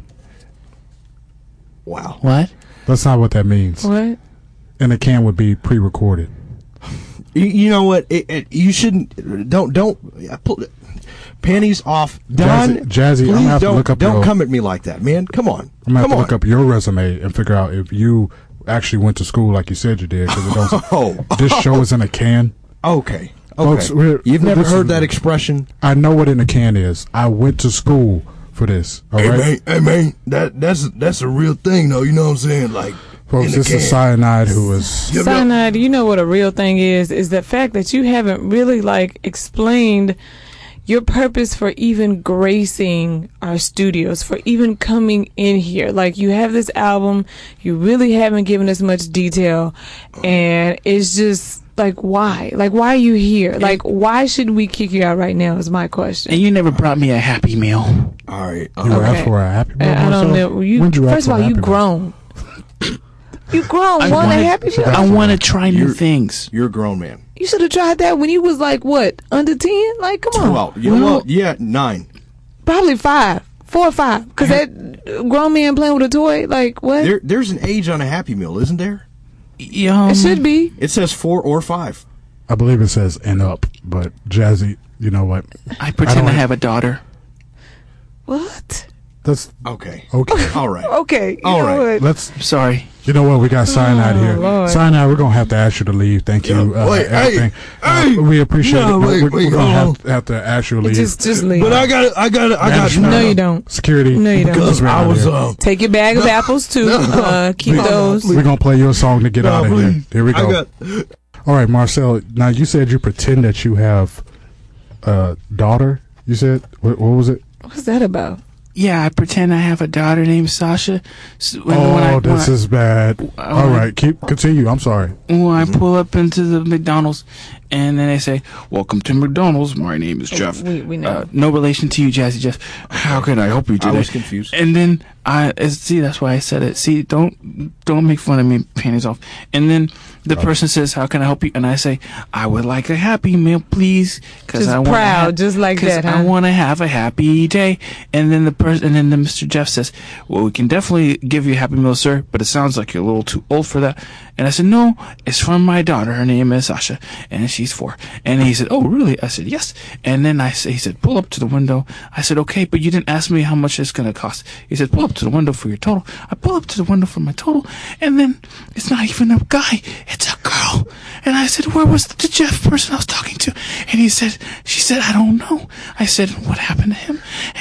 [SPEAKER 6] Wow.
[SPEAKER 4] What?
[SPEAKER 3] That's not what that means.
[SPEAKER 5] What?
[SPEAKER 3] And the can would be pre-recorded.
[SPEAKER 6] You, you know what? It, it, you shouldn't. Don't don't. I pull- Panties off, Don.
[SPEAKER 3] Jazzy- Jazzy, I'm
[SPEAKER 6] please
[SPEAKER 3] gonna have to
[SPEAKER 6] don't
[SPEAKER 3] look up
[SPEAKER 6] don't
[SPEAKER 3] your-
[SPEAKER 6] come at me like that, man. Come on,
[SPEAKER 3] I'm gonna
[SPEAKER 6] come
[SPEAKER 3] have to
[SPEAKER 6] on.
[SPEAKER 3] look up your resume and figure out if you actually went to school like you said you did. 'cause it don't, This
[SPEAKER 5] Oh.
[SPEAKER 3] show is in a can.
[SPEAKER 6] Okay. Okay.
[SPEAKER 3] Folks, we're-
[SPEAKER 6] You've never
[SPEAKER 3] this is-
[SPEAKER 6] heard that expression?
[SPEAKER 3] I know what in a can is. I went to school for this. All
[SPEAKER 2] Hey
[SPEAKER 3] right,
[SPEAKER 2] man, hey man, that that's that's a real thing though. You know what I'm saying? Like, in
[SPEAKER 3] folks.
[SPEAKER 2] the
[SPEAKER 3] This
[SPEAKER 2] can.
[SPEAKER 3] is cyanide who is
[SPEAKER 2] Yep, yep.
[SPEAKER 5] Cyanide, you know what a real thing is? Is the fact that you haven't really like explained your purpose for even gracing our studios, for even coming in here. Like you have this album, you really haven't given us much detail, and it's just like why? Like why are you here? Like why should we kick you out right now? Is my question.
[SPEAKER 4] And you never brought me a happy meal.
[SPEAKER 6] All right.
[SPEAKER 3] you
[SPEAKER 6] all right.
[SPEAKER 3] asked for a happy meal.
[SPEAKER 5] I, I don't
[SPEAKER 3] myself?
[SPEAKER 5] know. You,
[SPEAKER 3] When'd you ask
[SPEAKER 5] first
[SPEAKER 3] for
[SPEAKER 5] of all,
[SPEAKER 3] a
[SPEAKER 5] you
[SPEAKER 3] happy meal?
[SPEAKER 5] grown. You grown.
[SPEAKER 4] I
[SPEAKER 5] Want a
[SPEAKER 4] wanted-
[SPEAKER 5] happy meal?
[SPEAKER 4] I want to try new
[SPEAKER 6] You're-
[SPEAKER 4] things.
[SPEAKER 6] You're a grown man.
[SPEAKER 5] You should have tried that when you was like what under ten? Like come on,
[SPEAKER 6] Well, you know what? Yeah, nine.
[SPEAKER 5] probably five, four or five. Because that grown man playing with a toy, like what?
[SPEAKER 6] There, there's an age on a Happy Meal, isn't there?
[SPEAKER 4] Yeah,
[SPEAKER 5] it should be.
[SPEAKER 6] It says four or five.
[SPEAKER 3] I believe it says and up, but Jazzy, you know what?
[SPEAKER 4] I pretend
[SPEAKER 3] don't-
[SPEAKER 4] I, have a daughter.
[SPEAKER 5] What?
[SPEAKER 3] That's
[SPEAKER 6] Okay.
[SPEAKER 3] okay.
[SPEAKER 6] All right.
[SPEAKER 5] Okay, you
[SPEAKER 6] All
[SPEAKER 5] know
[SPEAKER 6] right.
[SPEAKER 5] what?
[SPEAKER 3] Let's.
[SPEAKER 4] I'm sorry.
[SPEAKER 3] You know what? We got cyanide
[SPEAKER 4] Oh,
[SPEAKER 3] here.
[SPEAKER 5] Lord.
[SPEAKER 3] Cyanide, we're gonna have to ask you to leave. Thank you.
[SPEAKER 2] Yeah,
[SPEAKER 3] Uh,
[SPEAKER 2] wait, hey,
[SPEAKER 3] everything. Uh,
[SPEAKER 2] hey.
[SPEAKER 3] we appreciate
[SPEAKER 2] No,
[SPEAKER 3] it. but
[SPEAKER 2] wait,
[SPEAKER 3] we're,
[SPEAKER 2] wait,
[SPEAKER 3] we're gonna
[SPEAKER 2] hold
[SPEAKER 3] have, have to ask you to leave.
[SPEAKER 5] Just, just leave.
[SPEAKER 2] But I got I got I got
[SPEAKER 5] no, you don't.
[SPEAKER 3] Security.
[SPEAKER 5] No, you don't.
[SPEAKER 2] Because
[SPEAKER 3] We're
[SPEAKER 2] I
[SPEAKER 3] outta
[SPEAKER 2] was
[SPEAKER 6] uh,
[SPEAKER 3] here.
[SPEAKER 2] um.
[SPEAKER 5] Take your bag of apples too. uh, keep those.
[SPEAKER 3] We're gonna play your song to get
[SPEAKER 2] No,
[SPEAKER 3] out of here.
[SPEAKER 2] please.
[SPEAKER 3] Here we
[SPEAKER 6] uh, I
[SPEAKER 3] go.
[SPEAKER 6] got.
[SPEAKER 3] All right, Marcel. Now you said you pretend that you have a daughter. You said what, what was it?
[SPEAKER 5] What's that about?
[SPEAKER 4] Yeah, I pretend I have a daughter named Sasha. So when,
[SPEAKER 3] oh,
[SPEAKER 4] when I, when
[SPEAKER 3] this
[SPEAKER 4] I-
[SPEAKER 3] is bad.
[SPEAKER 4] I
[SPEAKER 3] All
[SPEAKER 4] wanna-
[SPEAKER 3] right, keep continue. I'm sorry.
[SPEAKER 4] Well, I pull up into the McDonald's, and then they say, "Welcome to McDonald's. My name is Jeff.
[SPEAKER 5] we- we know.
[SPEAKER 4] Uh, no relation to you, Jazzy Jeff. How can I help you
[SPEAKER 6] I
[SPEAKER 4] today?"
[SPEAKER 6] was confused.
[SPEAKER 4] And then I uh, see that's why I said it. See, don't don't make fun of me, panties off. And then the person says, "How can I help you?" And I say, "I would like a happy meal, please, because
[SPEAKER 5] Just
[SPEAKER 4] I want
[SPEAKER 5] proud, just like that, huh?
[SPEAKER 4] I want to have a happy day." And then the person, and then the Mr. Jeff says, "Well, we can definitely give you a happy meal, sir, but it sounds like you're a little too old for that." And I said, "No, it's from my daughter. Her name is Sasha, and she's four. And he said, "Oh, really?" I said, "Yes." And then I s- he said, "Pull up to the window." I said, "Okay, but you didn't ask me how much it's gonna cost." He said, "Pull up to the window for your total." I pull up to the window for my total, and then it's not even a guy; it's a girl. And I said, "Where was the Jeff person I was talking to?" And he said, "She said I don't know." I said, "What happened to him?"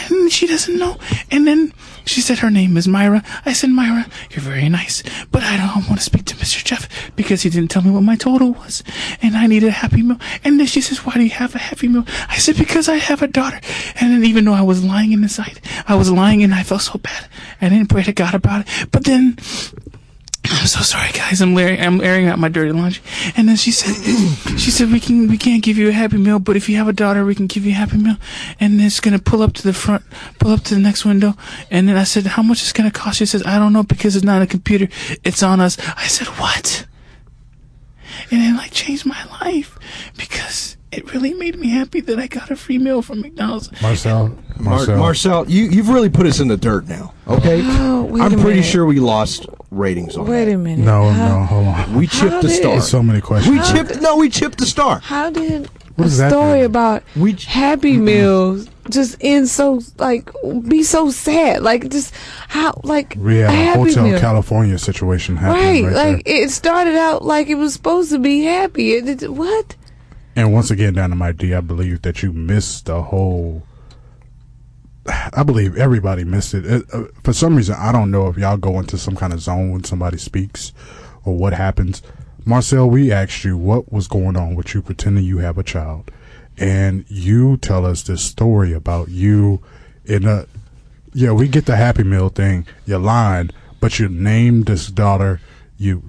[SPEAKER 4] And she doesn't know. And then she said her name is Myra. I said, "Myra, you're very nice, but I don't want to speak to Mr. Jeff because he didn't tell me what my total was, and I needed a happy meal." And then she says, "Why do you have a happy meal?" I said, "Because I have a daughter." And then even though I was lying inside, I was lying and I felt so bad. I didn't pray to God about it. But then I'm so sorry, guys. I'm airing, I'm airing out my dirty laundry. And then she said, she said we can we can't give you a happy meal, but if you have a daughter, we can give you a happy meal. And it's gonna pull up to the front, pull up to the next window. And then I said, how much is gonna cost? She says, I don't know because it's not a computer. It's on us. I said, what? And it like changed my life because it really made me happy that I got a free meal from McDonald's.
[SPEAKER 3] Marcel.
[SPEAKER 6] Mar-
[SPEAKER 3] Marcel.
[SPEAKER 6] Marcel, you you've really put us in the dirt now. Okay.
[SPEAKER 5] Oh, wait
[SPEAKER 6] I'm
[SPEAKER 5] a
[SPEAKER 6] pretty
[SPEAKER 5] minute.
[SPEAKER 6] sure we lost ratings on
[SPEAKER 5] Wait
[SPEAKER 6] that.
[SPEAKER 5] a minute.
[SPEAKER 3] no,
[SPEAKER 5] How-
[SPEAKER 3] no, hold on.
[SPEAKER 6] We chipped the
[SPEAKER 5] did-
[SPEAKER 6] star.
[SPEAKER 3] So many questions.
[SPEAKER 6] we chipped. No, we chipped the star.
[SPEAKER 5] How did
[SPEAKER 3] What
[SPEAKER 5] a
[SPEAKER 3] does that
[SPEAKER 5] story
[SPEAKER 3] mean?
[SPEAKER 5] about
[SPEAKER 6] We j-
[SPEAKER 5] Happy Meals just end so like be so sad? Like just how like
[SPEAKER 3] we had
[SPEAKER 5] a
[SPEAKER 3] a
[SPEAKER 5] Happy
[SPEAKER 3] Hotel
[SPEAKER 5] Meal.
[SPEAKER 3] California situation happening
[SPEAKER 5] Right,
[SPEAKER 3] right,
[SPEAKER 5] like
[SPEAKER 3] there.
[SPEAKER 5] it started out like it was supposed to be happy. It, it- what?
[SPEAKER 3] And once again, Dynamite D, I believe that you missed the whole. I believe everybody missed it. it uh, for some reason, I don't know if y'all go into some kind of zone when somebody speaks or what happens. Marcel, we asked you what was going on with you pretending you have a child. And you tell us this story about you in a. Yeah, we get the Happy Meal thing. You're lying, but you named this daughter. You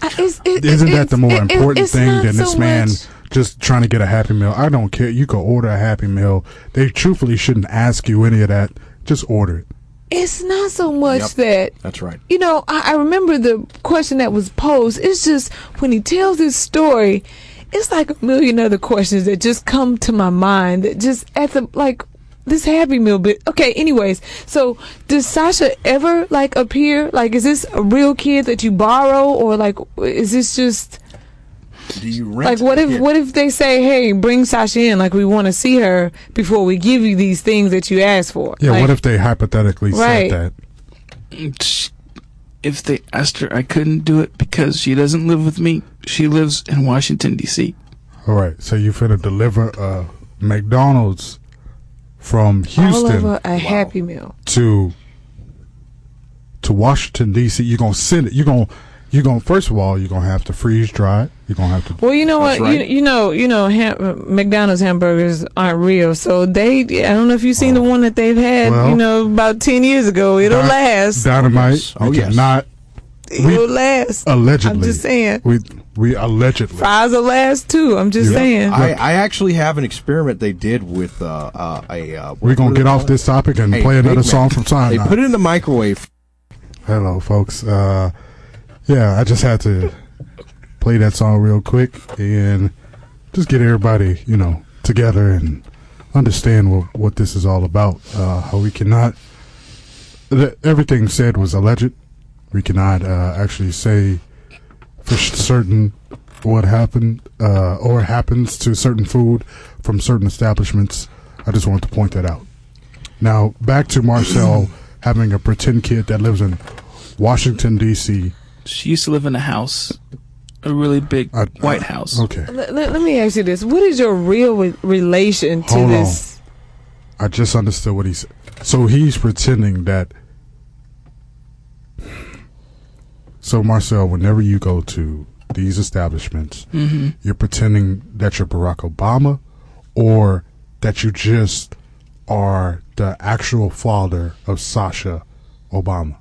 [SPEAKER 5] I- It's, it,
[SPEAKER 3] isn't
[SPEAKER 5] it's-
[SPEAKER 3] that the more
[SPEAKER 5] it- it-
[SPEAKER 3] important
[SPEAKER 5] it's
[SPEAKER 3] thing
[SPEAKER 5] not
[SPEAKER 3] than
[SPEAKER 5] so
[SPEAKER 3] this man
[SPEAKER 5] much-
[SPEAKER 3] just trying to get a happy meal? I don't care. You can order a happy meal. They truthfully shouldn't ask you any of that. Just order it.
[SPEAKER 5] It's not so much that
[SPEAKER 6] That's right.
[SPEAKER 5] you know, I, I remember the question that was posed. It's just when he tells his story, it's like a million other questions that just come to my mind that just at the like this happy meal bit okay anyways so does sasha ever like appear like is this a real kid that you borrow or like is this just
[SPEAKER 6] Do you
[SPEAKER 5] like
[SPEAKER 6] rent?
[SPEAKER 5] what if
[SPEAKER 6] Yeah.
[SPEAKER 5] what if they say hey bring sasha in like we want to see her before we give you these things that you asked for
[SPEAKER 3] Yeah,
[SPEAKER 5] Like,
[SPEAKER 3] what if they hypothetically
[SPEAKER 5] Right.
[SPEAKER 3] said that?
[SPEAKER 4] if they asked her, I couldn't do it because she doesn't live with me. She lives in Washington, D.C.
[SPEAKER 3] All right, so you finna deliver a McDonald's from
[SPEAKER 5] All
[SPEAKER 3] Houston
[SPEAKER 5] over a Happy Meal.
[SPEAKER 3] to to Washington D.C. You're gonna send it. You're gonna you're gonna first of all you're gonna have to freeze dry it. You're gonna have to.
[SPEAKER 5] Well, you know
[SPEAKER 6] That's
[SPEAKER 5] what?
[SPEAKER 6] right.
[SPEAKER 5] You, you know, you know, ham- McDonald's hamburgers aren't real. So they, I don't know if you've seen the one that they've had,
[SPEAKER 3] Well-
[SPEAKER 5] you know, about 10 years ago. It'll
[SPEAKER 3] Di-
[SPEAKER 5] last.
[SPEAKER 3] Dynamite.
[SPEAKER 6] yes. Oh,
[SPEAKER 3] we
[SPEAKER 6] yes.
[SPEAKER 3] cannot
[SPEAKER 5] It'll last.
[SPEAKER 3] allegedly.
[SPEAKER 5] I'm just saying.
[SPEAKER 3] We we allegedly.
[SPEAKER 5] Fries will last too. I'm just
[SPEAKER 3] Yeah.
[SPEAKER 5] saying.
[SPEAKER 6] I, I actually have an experiment they did with uh, uh, a. Uh,
[SPEAKER 3] We're gonna
[SPEAKER 6] what do
[SPEAKER 3] get
[SPEAKER 6] they
[SPEAKER 3] off
[SPEAKER 6] call it?
[SPEAKER 3] this topic and
[SPEAKER 6] Hey,
[SPEAKER 3] play
[SPEAKER 6] wait a
[SPEAKER 3] another
[SPEAKER 6] minute.
[SPEAKER 3] song from
[SPEAKER 6] They
[SPEAKER 3] Sinai.
[SPEAKER 6] put it in the microwave.
[SPEAKER 3] Hello, folks. Uh, yeah, I just had to play that song real quick and just get everybody, you know, together and understand what, what this is all about. Uh, how we cannot, th- everything said was alleged. We cannot uh, actually say for s- certain what happened uh, or happens to certain food from certain establishments. I just wanted to point that out. Now back to Marcel having a pretend kid that lives in Washington D.C.
[SPEAKER 4] She used to live in a house, a really big
[SPEAKER 3] I-
[SPEAKER 4] white house.
[SPEAKER 3] Okay,
[SPEAKER 5] let, let- let me ask you this: What is your real re- relation to
[SPEAKER 3] Hold on.
[SPEAKER 5] this?
[SPEAKER 3] I just understood what he said. So he's pretending that. So Marcel, whenever you go to these establishments, you're pretending that you're Barack Obama, or that you just are the actual father of Sasha Obama.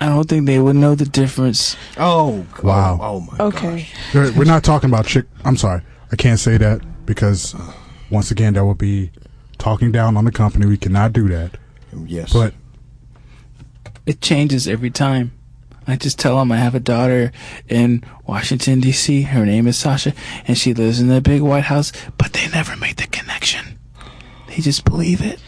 [SPEAKER 4] I don't think they would know the difference.
[SPEAKER 6] Oh
[SPEAKER 3] Wow.
[SPEAKER 6] Oh, my
[SPEAKER 5] Okay.
[SPEAKER 3] We're we're not talking about chick. I'm sorry, I can't say that because uh, once again, that would be talking down on the company. We cannot do that.
[SPEAKER 6] gosh. Yes.
[SPEAKER 3] But
[SPEAKER 4] It changes every time. I just tell them I have a daughter in Washington, D.C. Her name is Sasha, and she lives in the big white house, but they never make the connection. They just believe it.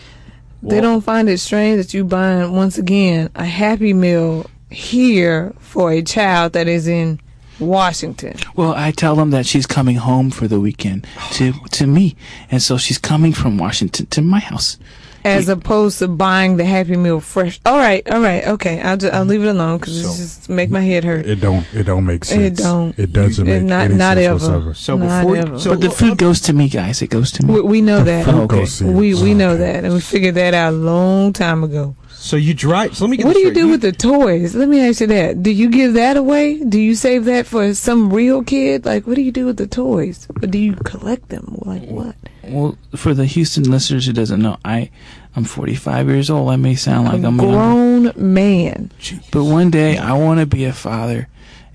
[SPEAKER 5] They don't find it strange that you buying once again a Happy Meal here for a child that is in Washington.
[SPEAKER 4] Well, I tell them that she's coming home for the weekend to to me, and so she's coming from Washington to my house.
[SPEAKER 5] as opposed to buying the Happy Meal fresh. All right, all right, okay. I'll just, I'll leave it alone because it's
[SPEAKER 6] So-
[SPEAKER 5] just make my head hurt.
[SPEAKER 3] it don't. It don't make sense.
[SPEAKER 5] don't.
[SPEAKER 3] It doesn't
[SPEAKER 5] It
[SPEAKER 3] make
[SPEAKER 5] not-
[SPEAKER 3] any
[SPEAKER 5] not
[SPEAKER 3] sense
[SPEAKER 5] ever.
[SPEAKER 3] whatsoever.
[SPEAKER 6] So
[SPEAKER 5] Not
[SPEAKER 6] before,
[SPEAKER 5] ever.
[SPEAKER 6] so
[SPEAKER 4] But the
[SPEAKER 6] look,
[SPEAKER 4] food goes to me, guys. It goes to me.
[SPEAKER 5] We, we know that.
[SPEAKER 3] Food
[SPEAKER 4] Okay.
[SPEAKER 3] goes in.
[SPEAKER 5] We we know
[SPEAKER 3] Okay.
[SPEAKER 5] that, and we figured that out a long time ago.
[SPEAKER 6] So you drive. So let me get.
[SPEAKER 5] What do
[SPEAKER 6] this
[SPEAKER 5] you
[SPEAKER 6] straight.
[SPEAKER 5] do with the toys? Let me ask you that. Do you give that away? Do you save that for some real kid? Like, what do you do with the toys? Or do you collect them? Like what?
[SPEAKER 4] Well, for the Houston listeners who doesn't know, I I'm 45 years old. I may sound like
[SPEAKER 5] A
[SPEAKER 4] I'm young,
[SPEAKER 5] grown man.
[SPEAKER 4] but one day I want to be a father,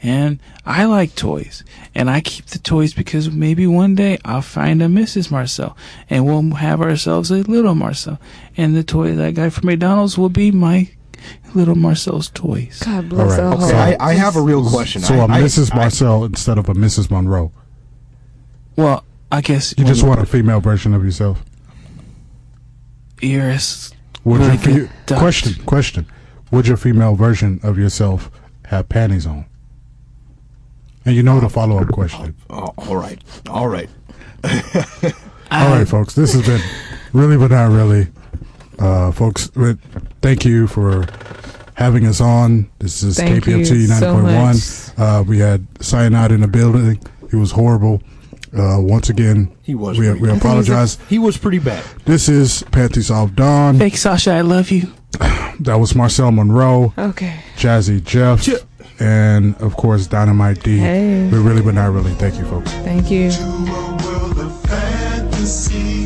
[SPEAKER 4] and I like toys, and I keep the toys because maybe one day I'll find a Mrs. Marcel, and we'll have ourselves a little Marcel, and the toy that I got from McDonald's will be my little Marcel's toys.
[SPEAKER 5] God
[SPEAKER 3] All
[SPEAKER 5] bless our
[SPEAKER 3] right.
[SPEAKER 5] hearts.
[SPEAKER 6] Okay, I, I have a real question.
[SPEAKER 3] So uh,
[SPEAKER 6] I,
[SPEAKER 3] a
[SPEAKER 6] I-
[SPEAKER 3] Mrs.
[SPEAKER 6] I-
[SPEAKER 3] Marcel instead of a Mrs. Monroe.
[SPEAKER 4] Well, I guess
[SPEAKER 3] You just want a female version of yourself.
[SPEAKER 4] you're a s-
[SPEAKER 3] Would
[SPEAKER 4] Really
[SPEAKER 3] your fe-
[SPEAKER 4] good duck.
[SPEAKER 3] question? Question. Would your female version of yourself have panties on? And you know the follow up question.
[SPEAKER 6] oh, all right. All right.
[SPEAKER 3] All right, folks. This has been really, but not really. Uh, folks, re- thank you for having us on. This is
[SPEAKER 5] Thank
[SPEAKER 3] KPFT
[SPEAKER 5] you so
[SPEAKER 3] 9.1. uh, we had cyanide in the building. It was horrible. Uh, once again,
[SPEAKER 6] He was
[SPEAKER 3] we,
[SPEAKER 6] pretty
[SPEAKER 3] we
[SPEAKER 6] bad.
[SPEAKER 3] apologize.
[SPEAKER 6] He was pretty bad.
[SPEAKER 3] This is Panties Off Dawn.
[SPEAKER 4] fake Sasha. I love you.
[SPEAKER 3] That was Marcel Monroe,
[SPEAKER 5] Okay.
[SPEAKER 3] Jazzy Jeff,
[SPEAKER 6] Ch-
[SPEAKER 3] and of course, Dynamite D.
[SPEAKER 5] Hey.
[SPEAKER 3] We really, but not really. Thank you, folks.
[SPEAKER 5] Thank you.
[SPEAKER 12] to a world of fantasy.